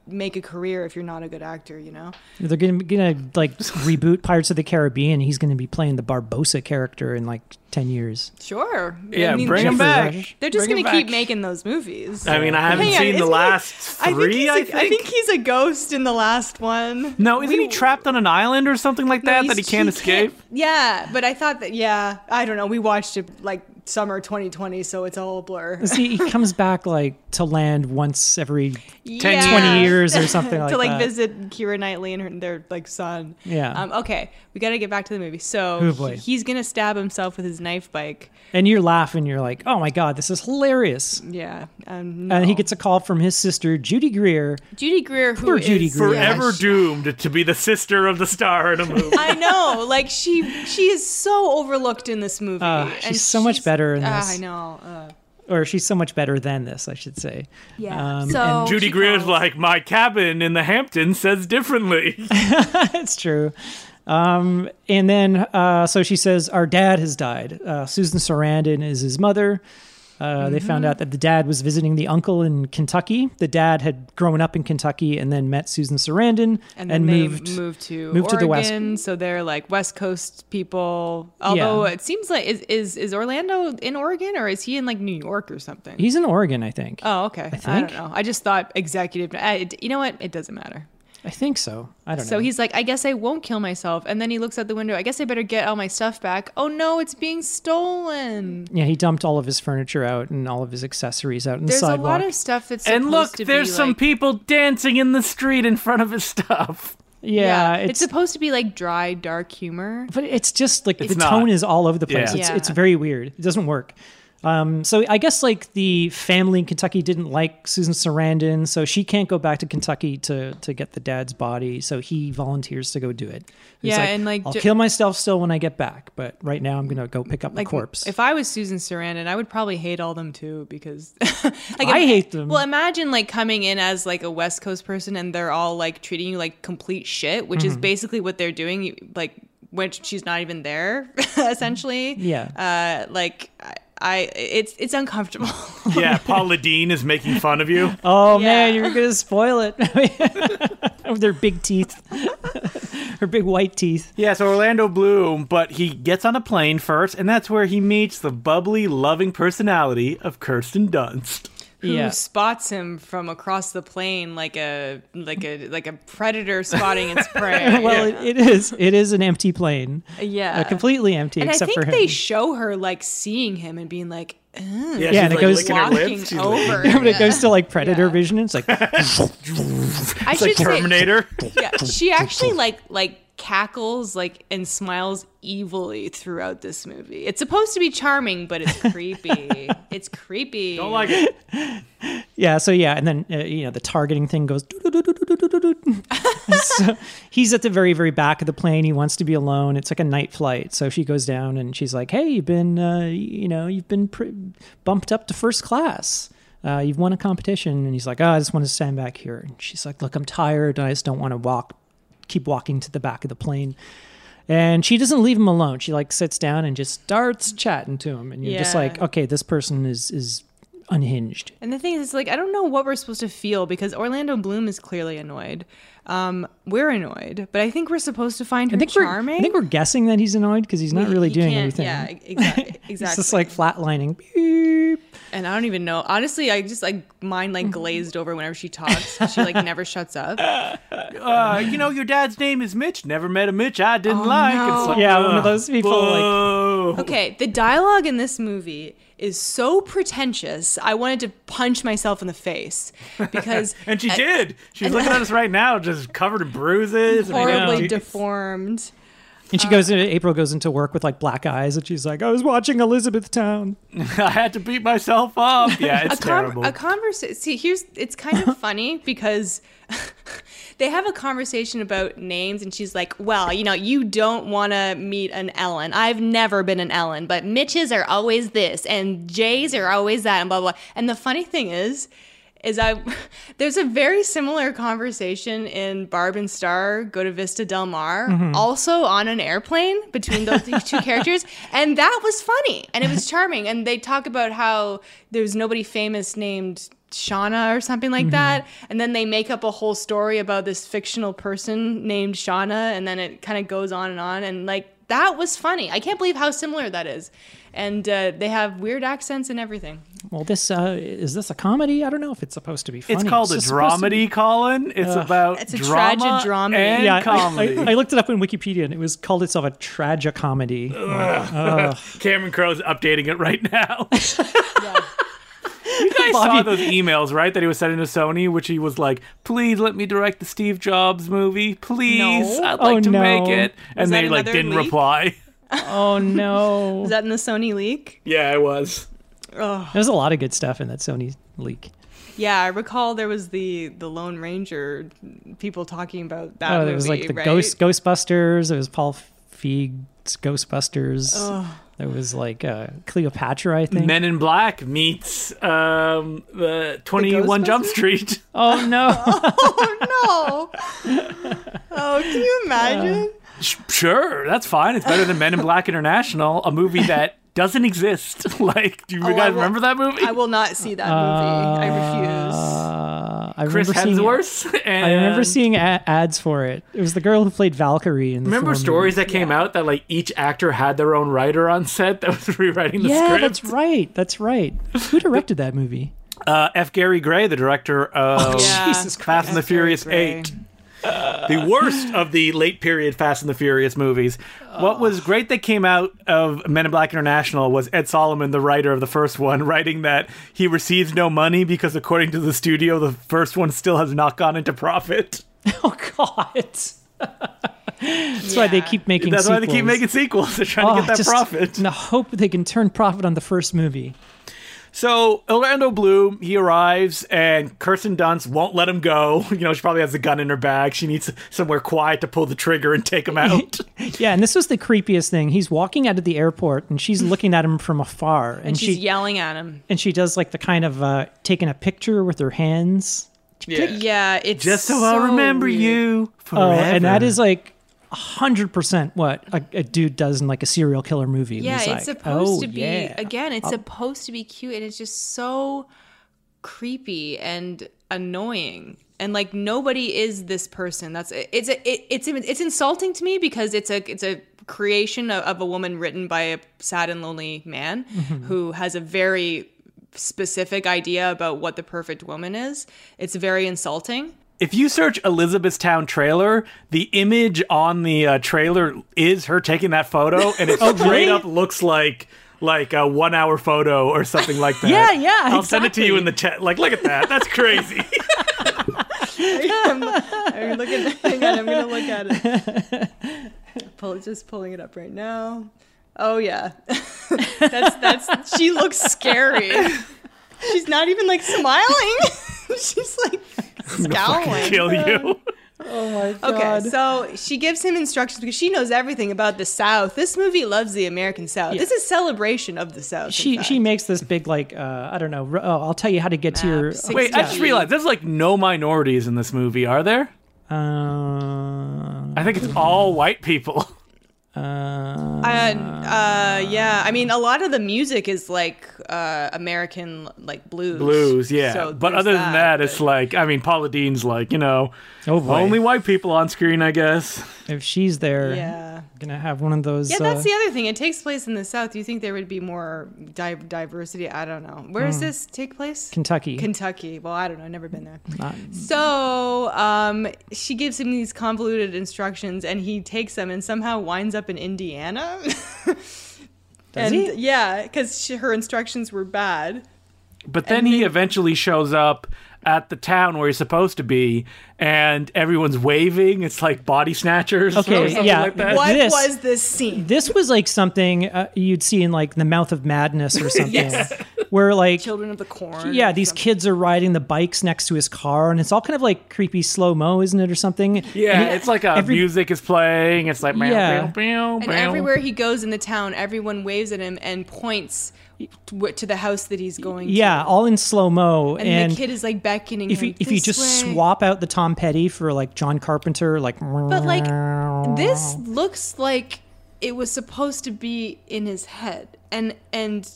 [SPEAKER 1] make a career if you're not a good actor. You know.
[SPEAKER 3] They're gonna gonna [laughs] like reboot Pirates of the Caribbean. He's gonna be playing the Barbosa character in like ten years.
[SPEAKER 1] Sure. I
[SPEAKER 2] Yeah,
[SPEAKER 1] mean,
[SPEAKER 2] bring
[SPEAKER 1] they're just-
[SPEAKER 2] him back.
[SPEAKER 1] They're just
[SPEAKER 2] Bring him
[SPEAKER 1] gonna keep
[SPEAKER 2] back.
[SPEAKER 1] making those movies.
[SPEAKER 2] I mean, I haven't
[SPEAKER 1] Hang on,
[SPEAKER 2] seen the
[SPEAKER 1] isn't he-
[SPEAKER 2] last
[SPEAKER 1] I think,
[SPEAKER 2] three.
[SPEAKER 1] he's a-
[SPEAKER 2] I think.
[SPEAKER 1] I think he's a ghost in the last one.
[SPEAKER 2] no, isn't
[SPEAKER 1] We-
[SPEAKER 2] he trapped on an island or something like that
[SPEAKER 1] No,
[SPEAKER 2] that he
[SPEAKER 1] he's- [laughs]
[SPEAKER 2] can't escape?
[SPEAKER 1] yeah, but I thought that yeah, I don't know. We watched it like summer 2020, so it's all a blur.
[SPEAKER 3] See, he comes back like to land once every
[SPEAKER 1] Yeah.
[SPEAKER 3] 20 years
[SPEAKER 1] [laughs]
[SPEAKER 3] or something like
[SPEAKER 1] to like
[SPEAKER 3] that.
[SPEAKER 1] visit Kira Knightley and her, their like son.
[SPEAKER 3] Yeah.
[SPEAKER 1] Um, okay, we got to get back to the movie. So
[SPEAKER 3] Oh, boy.
[SPEAKER 1] he- he's gonna stab himself with his knife bike.
[SPEAKER 3] and you're laughing. You're like, oh my god, this is hilarious.
[SPEAKER 1] Yeah. Um,
[SPEAKER 3] And he
[SPEAKER 1] no.
[SPEAKER 3] gets a call from his sister Judy Greer.
[SPEAKER 1] Judy Greer. who
[SPEAKER 3] Poor Judy
[SPEAKER 1] is-
[SPEAKER 3] Greer.
[SPEAKER 1] yeah,
[SPEAKER 2] Forever doomed to be the sister of the star in
[SPEAKER 1] [laughs]
[SPEAKER 2] a movie.
[SPEAKER 1] I know, like she she is so overlooked in this movie.
[SPEAKER 3] Ah, she's so much better in
[SPEAKER 1] ah,
[SPEAKER 3] this.
[SPEAKER 1] I know. Uh,
[SPEAKER 3] or she's so much better than this, I should say.
[SPEAKER 1] yeah.
[SPEAKER 3] Um,
[SPEAKER 1] so
[SPEAKER 3] and
[SPEAKER 1] Oh,
[SPEAKER 2] Judy
[SPEAKER 1] she
[SPEAKER 2] Greer's
[SPEAKER 1] calls-
[SPEAKER 2] like, my cabin in the Hamptons says differently.
[SPEAKER 3] That's true. Um, and then, uh, so she says, Our dad has died. Uh, Susan Sarandon is his mother. Uh, They found
[SPEAKER 1] Mm-hmm.
[SPEAKER 3] out that the dad was visiting the uncle in Kentucky. The dad had grown up in Kentucky and then met Susan Sarandon
[SPEAKER 1] and
[SPEAKER 3] and,
[SPEAKER 1] then they
[SPEAKER 3] moved.
[SPEAKER 1] moved, to
[SPEAKER 3] moved to the West.
[SPEAKER 1] Oregon, so they're like West Coast people. Although it seems like is, is is Orlando in Oregon or is he in like New York or something?
[SPEAKER 3] He's in Oregon, I think.
[SPEAKER 1] oh, okay. I,
[SPEAKER 3] think.
[SPEAKER 1] don't know. I just thought executive. I, it- you know what? It doesn't matter.
[SPEAKER 3] I think so. I don't
[SPEAKER 1] So
[SPEAKER 3] know.
[SPEAKER 1] he's like, I guess I won't kill myself. And then he looks out the window. I guess I better get all my stuff back. Oh no, it's being stolen.
[SPEAKER 3] yeah, he dumped all of his furniture out and all of his accessories out on the
[SPEAKER 1] There's a
[SPEAKER 3] sidewalk.
[SPEAKER 1] lot of stuff that's
[SPEAKER 2] [laughs] And
[SPEAKER 1] supposed
[SPEAKER 2] look,
[SPEAKER 1] to
[SPEAKER 2] there's
[SPEAKER 1] be,
[SPEAKER 2] some
[SPEAKER 1] like-
[SPEAKER 2] people dancing in the street in front of his stuff.
[SPEAKER 3] yeah,
[SPEAKER 1] it's,
[SPEAKER 3] it's,
[SPEAKER 1] supposed to be like dry, dark humor.
[SPEAKER 3] but it's just like
[SPEAKER 2] It's
[SPEAKER 3] the
[SPEAKER 2] not.
[SPEAKER 3] tone is all over the place.
[SPEAKER 2] Yeah.
[SPEAKER 3] It's
[SPEAKER 1] Yeah.
[SPEAKER 3] it's very weird. It doesn't work. Um, so I guess like the family in Kentucky didn't like Susan Sarandon, so she can't go back to Kentucky to to get the dad's body. So he volunteers to go do it. He's
[SPEAKER 1] Yeah, and, like,
[SPEAKER 3] I'll
[SPEAKER 1] ju-
[SPEAKER 3] kill myself still when I get back, but right now I'm gonna go pick up
[SPEAKER 1] Like,
[SPEAKER 3] the corpse.
[SPEAKER 1] If I was Susan Sarandon, I would probably hate all them too because [laughs] like,
[SPEAKER 3] I hate them.
[SPEAKER 1] Well, imagine like coming in as like a West Coast person and they're all like treating you like complete shit, which
[SPEAKER 3] Mm-hmm.
[SPEAKER 1] is basically what they're doing. you- Like when she's not even there, [laughs] essentially.
[SPEAKER 3] Yeah.
[SPEAKER 1] Uh, like I, I, it's it's uncomfortable.
[SPEAKER 2] [laughs]
[SPEAKER 1] [laughs]
[SPEAKER 2] [laughs] Yeah, Paula Dean is making fun of [laughs] you.
[SPEAKER 3] Oh man,
[SPEAKER 1] Yeah.
[SPEAKER 3] you're gonna spoil it [laughs] with their big teeth, [laughs] her big white teeth.
[SPEAKER 2] Yeah, so Orlando Bloom, but he gets on a plane first, and that's where he meets the bubbly, loving personality of Kirsten Dunst.
[SPEAKER 1] who
[SPEAKER 3] yeah,
[SPEAKER 1] spots him from across the plane like a like a like a predator spotting
[SPEAKER 3] [laughs]
[SPEAKER 1] its prey.
[SPEAKER 3] well, it, it is. It is an empty plane,
[SPEAKER 1] yeah,
[SPEAKER 3] uh, completely empty
[SPEAKER 1] And I
[SPEAKER 3] except
[SPEAKER 1] think
[SPEAKER 3] for him.
[SPEAKER 1] they show her like seeing him and being like, "Ugh."
[SPEAKER 2] Yeah,
[SPEAKER 3] she's, and it like, goes-
[SPEAKER 1] licking her lips. She's like-
[SPEAKER 2] [laughs]
[SPEAKER 3] [laughs]
[SPEAKER 1] Walking over.
[SPEAKER 3] but it goes to like predator
[SPEAKER 1] Yeah.
[SPEAKER 3] vision. It's like
[SPEAKER 1] I
[SPEAKER 2] It's like
[SPEAKER 1] should say-
[SPEAKER 2] Terminator.
[SPEAKER 3] [laughs]
[SPEAKER 1] yeah, she actually like like cackles like and smiles evilly throughout this movie. It's supposed to be charming, but
[SPEAKER 3] [laughs]
[SPEAKER 1] it's creepy. it's creepy.
[SPEAKER 2] [laughs] Don't like it.
[SPEAKER 3] yeah. So yeah, and then uh, you know the targeting thing goes. doo-doo-doo-doo-doo-doo-doo. so he's at the very very back of the plane. He wants to be alone. It's like a night flight. So she goes down and she's like, "Hey, you've been uh, you know you've been pr- bumped up to first class." Uh, you've won a competition, and he's like, "Oh, I just want to stand back here." And she's like, "Look, I'm tired, and I just don't want to walk, keep walking to the back of the plane." And she doesn't leave him alone. She like sits down and just starts chatting to him, and you're just
[SPEAKER 1] Yeah.
[SPEAKER 3] like, "Okay, this person is is unhinged."
[SPEAKER 1] And the thing is, it's like I don't know what we're supposed to feel because Orlando Bloom is clearly annoyed. Um, we're annoyed, but I think we're supposed to find her
[SPEAKER 3] I think
[SPEAKER 1] charming.
[SPEAKER 3] we're I think we're guessing that he's annoyed because he's not
[SPEAKER 1] He-
[SPEAKER 3] really
[SPEAKER 1] he
[SPEAKER 3] doing
[SPEAKER 1] can't-
[SPEAKER 3] anything.
[SPEAKER 1] Yeah,
[SPEAKER 3] [laughs]
[SPEAKER 1] exactly. Exactly.
[SPEAKER 3] It's just like flatlining. Beep.
[SPEAKER 1] And I don't even know. Honestly, I just like mine like glazed over whenever she talks. 'cause She like never shuts up.
[SPEAKER 2] Uh, you know, your dad's name is Mitch. Never met a Mitch I didn't
[SPEAKER 1] Oh,
[SPEAKER 2] like.
[SPEAKER 1] no.
[SPEAKER 2] It's like,
[SPEAKER 3] Yeah, one of
[SPEAKER 2] ugh,
[SPEAKER 3] those people, like-
[SPEAKER 2] whoa.
[SPEAKER 1] Okay, the dialogue in this movie is so pretentious. I wanted to punch myself in the
[SPEAKER 2] [laughs]
[SPEAKER 1] face because
[SPEAKER 2] And she did. She's looking at us right now, just covered in bruises. and-
[SPEAKER 1] horribly
[SPEAKER 3] Yeah.
[SPEAKER 1] deformed.
[SPEAKER 3] And
[SPEAKER 1] Uh.
[SPEAKER 3] she goes into April goes into work with like black eyes, and she's like, "I was watching Elizabethtown."
[SPEAKER 2] [laughs] I had to beat
[SPEAKER 1] [laughs]
[SPEAKER 2] myself up. Yeah,
[SPEAKER 1] a,
[SPEAKER 2] it's
[SPEAKER 1] con-
[SPEAKER 2] terrible.
[SPEAKER 1] a conversation. See, here's it's kind
[SPEAKER 2] [laughs]
[SPEAKER 1] of funny because [laughs] they have a conversation about names, and she's like, "Well, you know, you don't want to meet an Ellen. I've never been an Ellen, but Mitches are always this, and Jays are always that, and blah blah." blah." And the funny thing is. Is I [laughs] there's a very similar conversation in Barb and Star Go to Vista Del Mar, also on an airplane between those these two characters, and that was funny and it was charming. And they talk about how there's nobody famous named Shauna or something like that, and then they make up a whole story about this fictional person named Shauna, and then it kind of goes on and on, and like that was funny. I can't believe how similar that is, and uh, they have weird accents and everything.
[SPEAKER 3] Well, this uh, is this a comedy? I don't know if it's supposed to be funny.
[SPEAKER 2] it's called a
[SPEAKER 3] just supposed to
[SPEAKER 2] dramedy, Colin. It's about
[SPEAKER 1] It's a
[SPEAKER 2] drama
[SPEAKER 1] tragic dramedy.
[SPEAKER 2] and
[SPEAKER 3] be- Yeah, I-
[SPEAKER 2] comedy.
[SPEAKER 3] I, I looked it up in Wikipedia, and it was called itself a tragicomedy.
[SPEAKER 1] [laughs]
[SPEAKER 2] Cameron Crowe's updating it right now.
[SPEAKER 1] Yeah.
[SPEAKER 2] You guys saw
[SPEAKER 3] Bobby-
[SPEAKER 2] those emails, right? That he was sending to Sony, which he was like, "Please let me direct the Steve Jobs movie, please.
[SPEAKER 1] No.
[SPEAKER 2] I'd like
[SPEAKER 3] Oh,
[SPEAKER 2] to
[SPEAKER 3] no.
[SPEAKER 2] make it."
[SPEAKER 1] Was
[SPEAKER 2] And they
[SPEAKER 1] that
[SPEAKER 2] like
[SPEAKER 1] another
[SPEAKER 2] didn't
[SPEAKER 1] leak?
[SPEAKER 2] reply.
[SPEAKER 3] oh no!
[SPEAKER 1] Is that in the Sony leak?
[SPEAKER 2] [laughs] Yeah, it was.
[SPEAKER 1] Oh,
[SPEAKER 3] There's a lot of good stuff in that Sony leak.
[SPEAKER 1] yeah. I recall there was the the Lone Ranger people talking about that.
[SPEAKER 3] Oh,
[SPEAKER 1] movie,
[SPEAKER 3] there was like the
[SPEAKER 1] right? [laughs]
[SPEAKER 3] Ghost Ghostbusters. It was Paul Feig's Ghostbusters. There was like uh, Cleopatra, I think.
[SPEAKER 2] Men in Black meets um, the Twenty One Jump Street. [laughs]
[SPEAKER 3] oh no!
[SPEAKER 1] Oh no! Oh, can
[SPEAKER 3] [laughs] Uh,
[SPEAKER 1] you imagine?
[SPEAKER 2] Sh- sure, that's fine. It's better than Men in Black International, a movie that doesn't exist. [laughs] like, do you
[SPEAKER 1] Oh, I
[SPEAKER 2] guys
[SPEAKER 1] will-
[SPEAKER 2] remember that movie?
[SPEAKER 1] I will not see that movie. [laughs] I refuse.
[SPEAKER 3] Uh, I
[SPEAKER 2] Chris
[SPEAKER 3] remember seeing-
[SPEAKER 2] Hemsworth. And
[SPEAKER 3] I remember seeing a- ads for it. It was the girl who played Valkyrie in the
[SPEAKER 2] Remember
[SPEAKER 3] Thor
[SPEAKER 2] stories that came out that like each actor had their own writer on set that was [laughs] rewriting the
[SPEAKER 3] Movie. Yeah,
[SPEAKER 2] script.
[SPEAKER 3] that's right. That's right. Who directed that movie? [laughs]
[SPEAKER 2] uh, F. Gary Gray, the director of
[SPEAKER 1] Yeah.
[SPEAKER 3] Oh, Jesus
[SPEAKER 2] Fast
[SPEAKER 3] Christ.
[SPEAKER 2] and the
[SPEAKER 1] F. Gary
[SPEAKER 2] Furious
[SPEAKER 1] Gray.
[SPEAKER 2] Eight, the worst of the late period Fast and the Furious movies. What was great that came out of Men in Black International was Ed Solomon, the writer of the first one, [laughs] writing that he receives no money because, according to the studio, the first one still has not gone into profit.
[SPEAKER 3] Oh God. That's why they
[SPEAKER 1] Yeah.
[SPEAKER 3] keep making.
[SPEAKER 2] That's why they keep
[SPEAKER 3] sequels.
[SPEAKER 2] making sequels. They're trying to
[SPEAKER 3] Oh,
[SPEAKER 2] get that
[SPEAKER 3] just
[SPEAKER 2] profit.
[SPEAKER 3] In the [laughs] hope they can turn profit on the first movie.
[SPEAKER 2] So Orlando Bloom, he arrives, and Kirsten Dunst won't let him go. [laughs] You know, she probably has a gun in her bag. She needs somewhere quiet to pull the trigger and take him out.
[SPEAKER 3] [laughs] Yeah, and this was the creepiest thing. He's walking out of the airport, and
[SPEAKER 1] [laughs]
[SPEAKER 3] she's looking at him from afar, and,
[SPEAKER 1] And
[SPEAKER 3] she
[SPEAKER 1] she's yelling at him.
[SPEAKER 3] and she does like the kind of uh, taking a picture with her hands.
[SPEAKER 1] Yeah, it's
[SPEAKER 2] [laughs] Just so, I'll remember
[SPEAKER 1] weird.
[SPEAKER 2] you forever.
[SPEAKER 3] Oh, and that is like hundred percent what a, a dude does in like a serial killer movie.
[SPEAKER 1] Yeah,
[SPEAKER 3] He's
[SPEAKER 1] it's
[SPEAKER 3] like,
[SPEAKER 1] supposed
[SPEAKER 3] "Oh,
[SPEAKER 1] to be
[SPEAKER 3] yeah." Oh.
[SPEAKER 1] again, it's supposed to be cute and it's just so creepy and annoying. And like nobody is this person. That's it's a, it, it's it's insulting to me because it's a it's a creation of, of a woman written by a sad and lonely man
[SPEAKER 3] Mm-hmm.
[SPEAKER 1] who has a very specific idea about what the perfect woman is. It's very insulting.
[SPEAKER 2] If you search Elizabethtown trailer, the image on the uh, trailer is her taking that photo, and [laughs] it straight up looks like like a one hour photo or something like that.
[SPEAKER 3] Yeah, yeah,
[SPEAKER 2] I'll send it to you
[SPEAKER 3] exactly.
[SPEAKER 2] in the chat. Like, look at that. That's [laughs] crazy.
[SPEAKER 3] [laughs]
[SPEAKER 1] I'm, I'm looking. Hang on, I'm gonna look at it.
[SPEAKER 3] [laughs]
[SPEAKER 1] Pull, just pulling it up right now. Oh yeah, [laughs] that's that's. She looks scary. She's not even like smiling. [laughs] She's like scowling.
[SPEAKER 2] Kill you.
[SPEAKER 1] Okay,
[SPEAKER 3] God.
[SPEAKER 1] so she gives him instructions because she knows everything about the South. This movie loves the American South. This is celebration of the South. in
[SPEAKER 3] She
[SPEAKER 1] fact.
[SPEAKER 3] she makes this big like uh, I don't know. r- Oh, I'll tell you how to get to
[SPEAKER 1] Map,
[SPEAKER 3] your.
[SPEAKER 1] six-
[SPEAKER 2] Wait, I just
[SPEAKER 1] Yeah.
[SPEAKER 2] realized there's like no minorities in this movie, are there?
[SPEAKER 3] Uh,
[SPEAKER 2] I think it's all white people.
[SPEAKER 3] uh,
[SPEAKER 1] And,
[SPEAKER 2] Ah.
[SPEAKER 1] uh, yeah, I mean, a lot of the music is like uh, American, like blues.
[SPEAKER 2] [laughs] Blues, yeah.
[SPEAKER 1] So
[SPEAKER 2] but
[SPEAKER 1] there's
[SPEAKER 2] other than that,
[SPEAKER 1] but-
[SPEAKER 2] it's like, I mean, Paula Dean's like, you know,
[SPEAKER 3] oh boy.
[SPEAKER 2] only white people on screen, I guess.
[SPEAKER 3] if she's there,
[SPEAKER 2] [laughs]
[SPEAKER 1] yeah.
[SPEAKER 3] gonna have one of those.
[SPEAKER 1] Yeah, that's
[SPEAKER 3] uh,
[SPEAKER 1] the other thing. It takes place in the South. You think there would be more di- diversity? I don't know. Where
[SPEAKER 2] Hmm.
[SPEAKER 1] does this take place?
[SPEAKER 3] Kentucky. Uh,
[SPEAKER 1] Kentucky. Well, I don't know. I've never been there.
[SPEAKER 3] Not-
[SPEAKER 1] So um, she gives him these convoluted instructions, and he takes them and somehow winds up in Indiana. [laughs]
[SPEAKER 3] Does
[SPEAKER 1] and,
[SPEAKER 3] he?
[SPEAKER 1] Yeah, because her instructions were bad.
[SPEAKER 2] But then he eventually shows up at the town where he's supposed to be, and everyone's waving. It's like body snatchers or
[SPEAKER 3] Okay,
[SPEAKER 2] something
[SPEAKER 3] yeah.
[SPEAKER 2] like that.
[SPEAKER 1] What
[SPEAKER 3] This-
[SPEAKER 1] was this scene?
[SPEAKER 3] this was like something uh, you'd see in like the mouth of madness
[SPEAKER 1] [laughs]
[SPEAKER 3] or something where like
[SPEAKER 1] Children of the Corn.
[SPEAKER 3] yeah
[SPEAKER 1] or
[SPEAKER 3] these
[SPEAKER 1] something.
[SPEAKER 3] kids are riding the bikes next to his car and it's all kind of like creepy slow mo isn't it or something
[SPEAKER 2] Yeah, it's like a
[SPEAKER 3] every-
[SPEAKER 2] music is playing. It's like, meow,
[SPEAKER 3] Yeah.
[SPEAKER 2] meow, meow,
[SPEAKER 1] And
[SPEAKER 2] meow.
[SPEAKER 1] everywhere he goes in the town, everyone waves at him and points to, to the house that he's going to.
[SPEAKER 3] yeah all in slow mo
[SPEAKER 1] and,
[SPEAKER 3] and,
[SPEAKER 1] the kid is like beckoning
[SPEAKER 3] if
[SPEAKER 1] him
[SPEAKER 3] you if you
[SPEAKER 1] "This
[SPEAKER 3] just
[SPEAKER 1] way."
[SPEAKER 3] swap out the tom petty for like john carpenter like
[SPEAKER 1] but like this looks like it was supposed to be in his head and and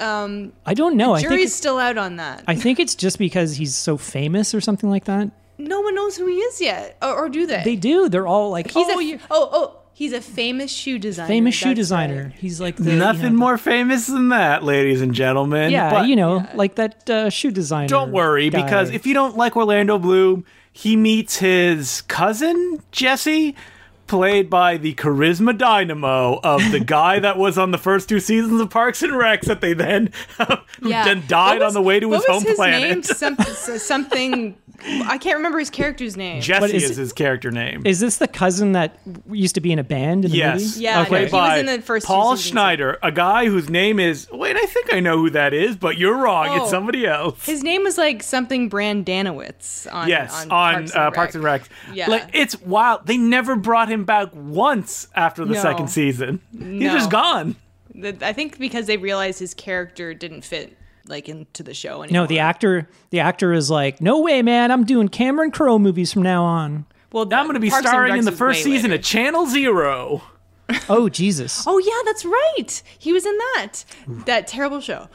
[SPEAKER 1] um
[SPEAKER 3] i don't know i think
[SPEAKER 1] jury's
[SPEAKER 3] it's,
[SPEAKER 1] still out on that
[SPEAKER 3] i think it's just because he's so famous or something like that
[SPEAKER 1] no one knows who he is yet or, or do they
[SPEAKER 3] they do they're all like
[SPEAKER 1] he's
[SPEAKER 3] oh,
[SPEAKER 1] a
[SPEAKER 3] you're
[SPEAKER 1] oh oh he's a famous shoe designer
[SPEAKER 3] famous shoe
[SPEAKER 1] that's
[SPEAKER 3] designer
[SPEAKER 1] right.
[SPEAKER 3] he's like the, you know,
[SPEAKER 2] Nothing more famous than that, ladies and gentlemen.
[SPEAKER 3] yeah
[SPEAKER 2] But-
[SPEAKER 3] you know like that uh, shoe designer
[SPEAKER 2] Don't worry,
[SPEAKER 3] guy.
[SPEAKER 2] because if you don't like Orlando Bloom, he meets his cousin, Jesse, played by the charisma dynamo of
[SPEAKER 3] [laughs]
[SPEAKER 2] the guy that was on the first two seasons of Parks and Recs that they then, [laughs] who then
[SPEAKER 1] What
[SPEAKER 2] died on
[SPEAKER 1] was-
[SPEAKER 2] the way to
[SPEAKER 1] what
[SPEAKER 2] his
[SPEAKER 1] was
[SPEAKER 2] home
[SPEAKER 1] Name?
[SPEAKER 2] planet.
[SPEAKER 1] Some, s- something I can't remember his character's name.
[SPEAKER 2] [laughs]
[SPEAKER 3] But
[SPEAKER 2] Jesse
[SPEAKER 3] is
[SPEAKER 2] is,
[SPEAKER 3] it-
[SPEAKER 2] his character name.
[SPEAKER 3] Is this the cousin that w- used to be in a band in the
[SPEAKER 2] Yes.
[SPEAKER 3] movie?
[SPEAKER 1] Yeah, no,
[SPEAKER 2] Played
[SPEAKER 1] he was
[SPEAKER 2] by
[SPEAKER 1] in the first two
[SPEAKER 2] Paul
[SPEAKER 1] seasons.
[SPEAKER 2] Schneider, a guy whose name is. Wait, I think I know who that is, but you're wrong.
[SPEAKER 1] Oh.
[SPEAKER 2] It's somebody else.
[SPEAKER 1] His name was like something Brandanowitz on
[SPEAKER 2] Yes,
[SPEAKER 1] on,
[SPEAKER 2] on,
[SPEAKER 1] Parks, and
[SPEAKER 2] uh,
[SPEAKER 1] Rec.
[SPEAKER 2] Parks and Rec.
[SPEAKER 1] Yeah.
[SPEAKER 2] Like, it's wild. They never brought him back once after the
[SPEAKER 1] No.
[SPEAKER 2] second season. He's
[SPEAKER 1] No.
[SPEAKER 2] just gone.
[SPEAKER 1] The- I think because they realized his character didn't fit like into the show anymore.
[SPEAKER 3] No, the actor the actor is like, "No way, man. I'm doing Cameron Crowe movies from now on."
[SPEAKER 1] well,
[SPEAKER 2] I'm going to be starring in the first season
[SPEAKER 1] Of-
[SPEAKER 2] of Channel Zero.
[SPEAKER 1] [laughs]
[SPEAKER 3] Oh Jesus!
[SPEAKER 1] Oh yeah, that's right. He was in that that terrible show.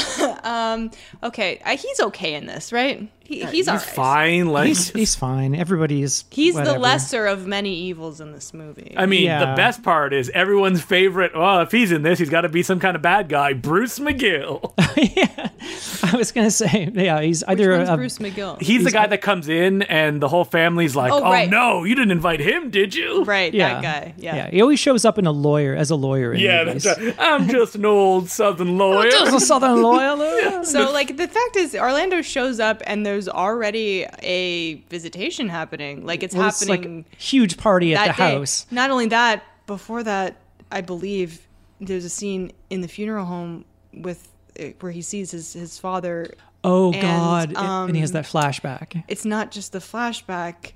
[SPEAKER 1] [laughs] um, okay, uh, he's okay in this, right? He, he's
[SPEAKER 2] Uh, He's
[SPEAKER 1] alright.
[SPEAKER 2] fine. Like
[SPEAKER 3] He's he's fine. Everybody is.
[SPEAKER 1] He's
[SPEAKER 3] whatever.
[SPEAKER 1] the lesser of many evils in this movie.
[SPEAKER 2] I mean,
[SPEAKER 3] Yeah.
[SPEAKER 2] the best part is everyone's favorite. Well, if he's in this, he's got to be some kind of bad guy. Bruce
[SPEAKER 3] [laughs]
[SPEAKER 2] McGill.
[SPEAKER 3] yeah, [laughs] I was gonna say yeah. He's
[SPEAKER 1] Which
[SPEAKER 3] either
[SPEAKER 1] one's
[SPEAKER 3] a,
[SPEAKER 1] Bruce McGill?
[SPEAKER 2] He's the guy that comes in, and the whole family's like, "Oh,
[SPEAKER 1] Oh, right.
[SPEAKER 2] no, you didn't invite him, did you?"
[SPEAKER 1] right,
[SPEAKER 3] yeah
[SPEAKER 1] that guy. Yeah.
[SPEAKER 3] He always shows up in a lawyer as a lawyer. In
[SPEAKER 2] Yeah,
[SPEAKER 3] movies.
[SPEAKER 2] that's
[SPEAKER 3] [laughs]
[SPEAKER 2] right. I'm just an old
[SPEAKER 1] [laughs]
[SPEAKER 2] Southern lawyer.
[SPEAKER 3] Just a southern lawyer.
[SPEAKER 1] So like the fact is Orlando shows up and there's already a visitation happening. Like it's
[SPEAKER 3] Well, It's like
[SPEAKER 1] happening
[SPEAKER 3] a huge party at
[SPEAKER 1] that
[SPEAKER 3] the
[SPEAKER 1] day.
[SPEAKER 3] house.
[SPEAKER 1] Not only that, before that, I believe there's a scene in the funeral home with eh, where he sees his, his father
[SPEAKER 3] Oh
[SPEAKER 1] And,
[SPEAKER 3] God! And- and he has
[SPEAKER 1] um,
[SPEAKER 3] that flashback.
[SPEAKER 1] it's not just the flashback.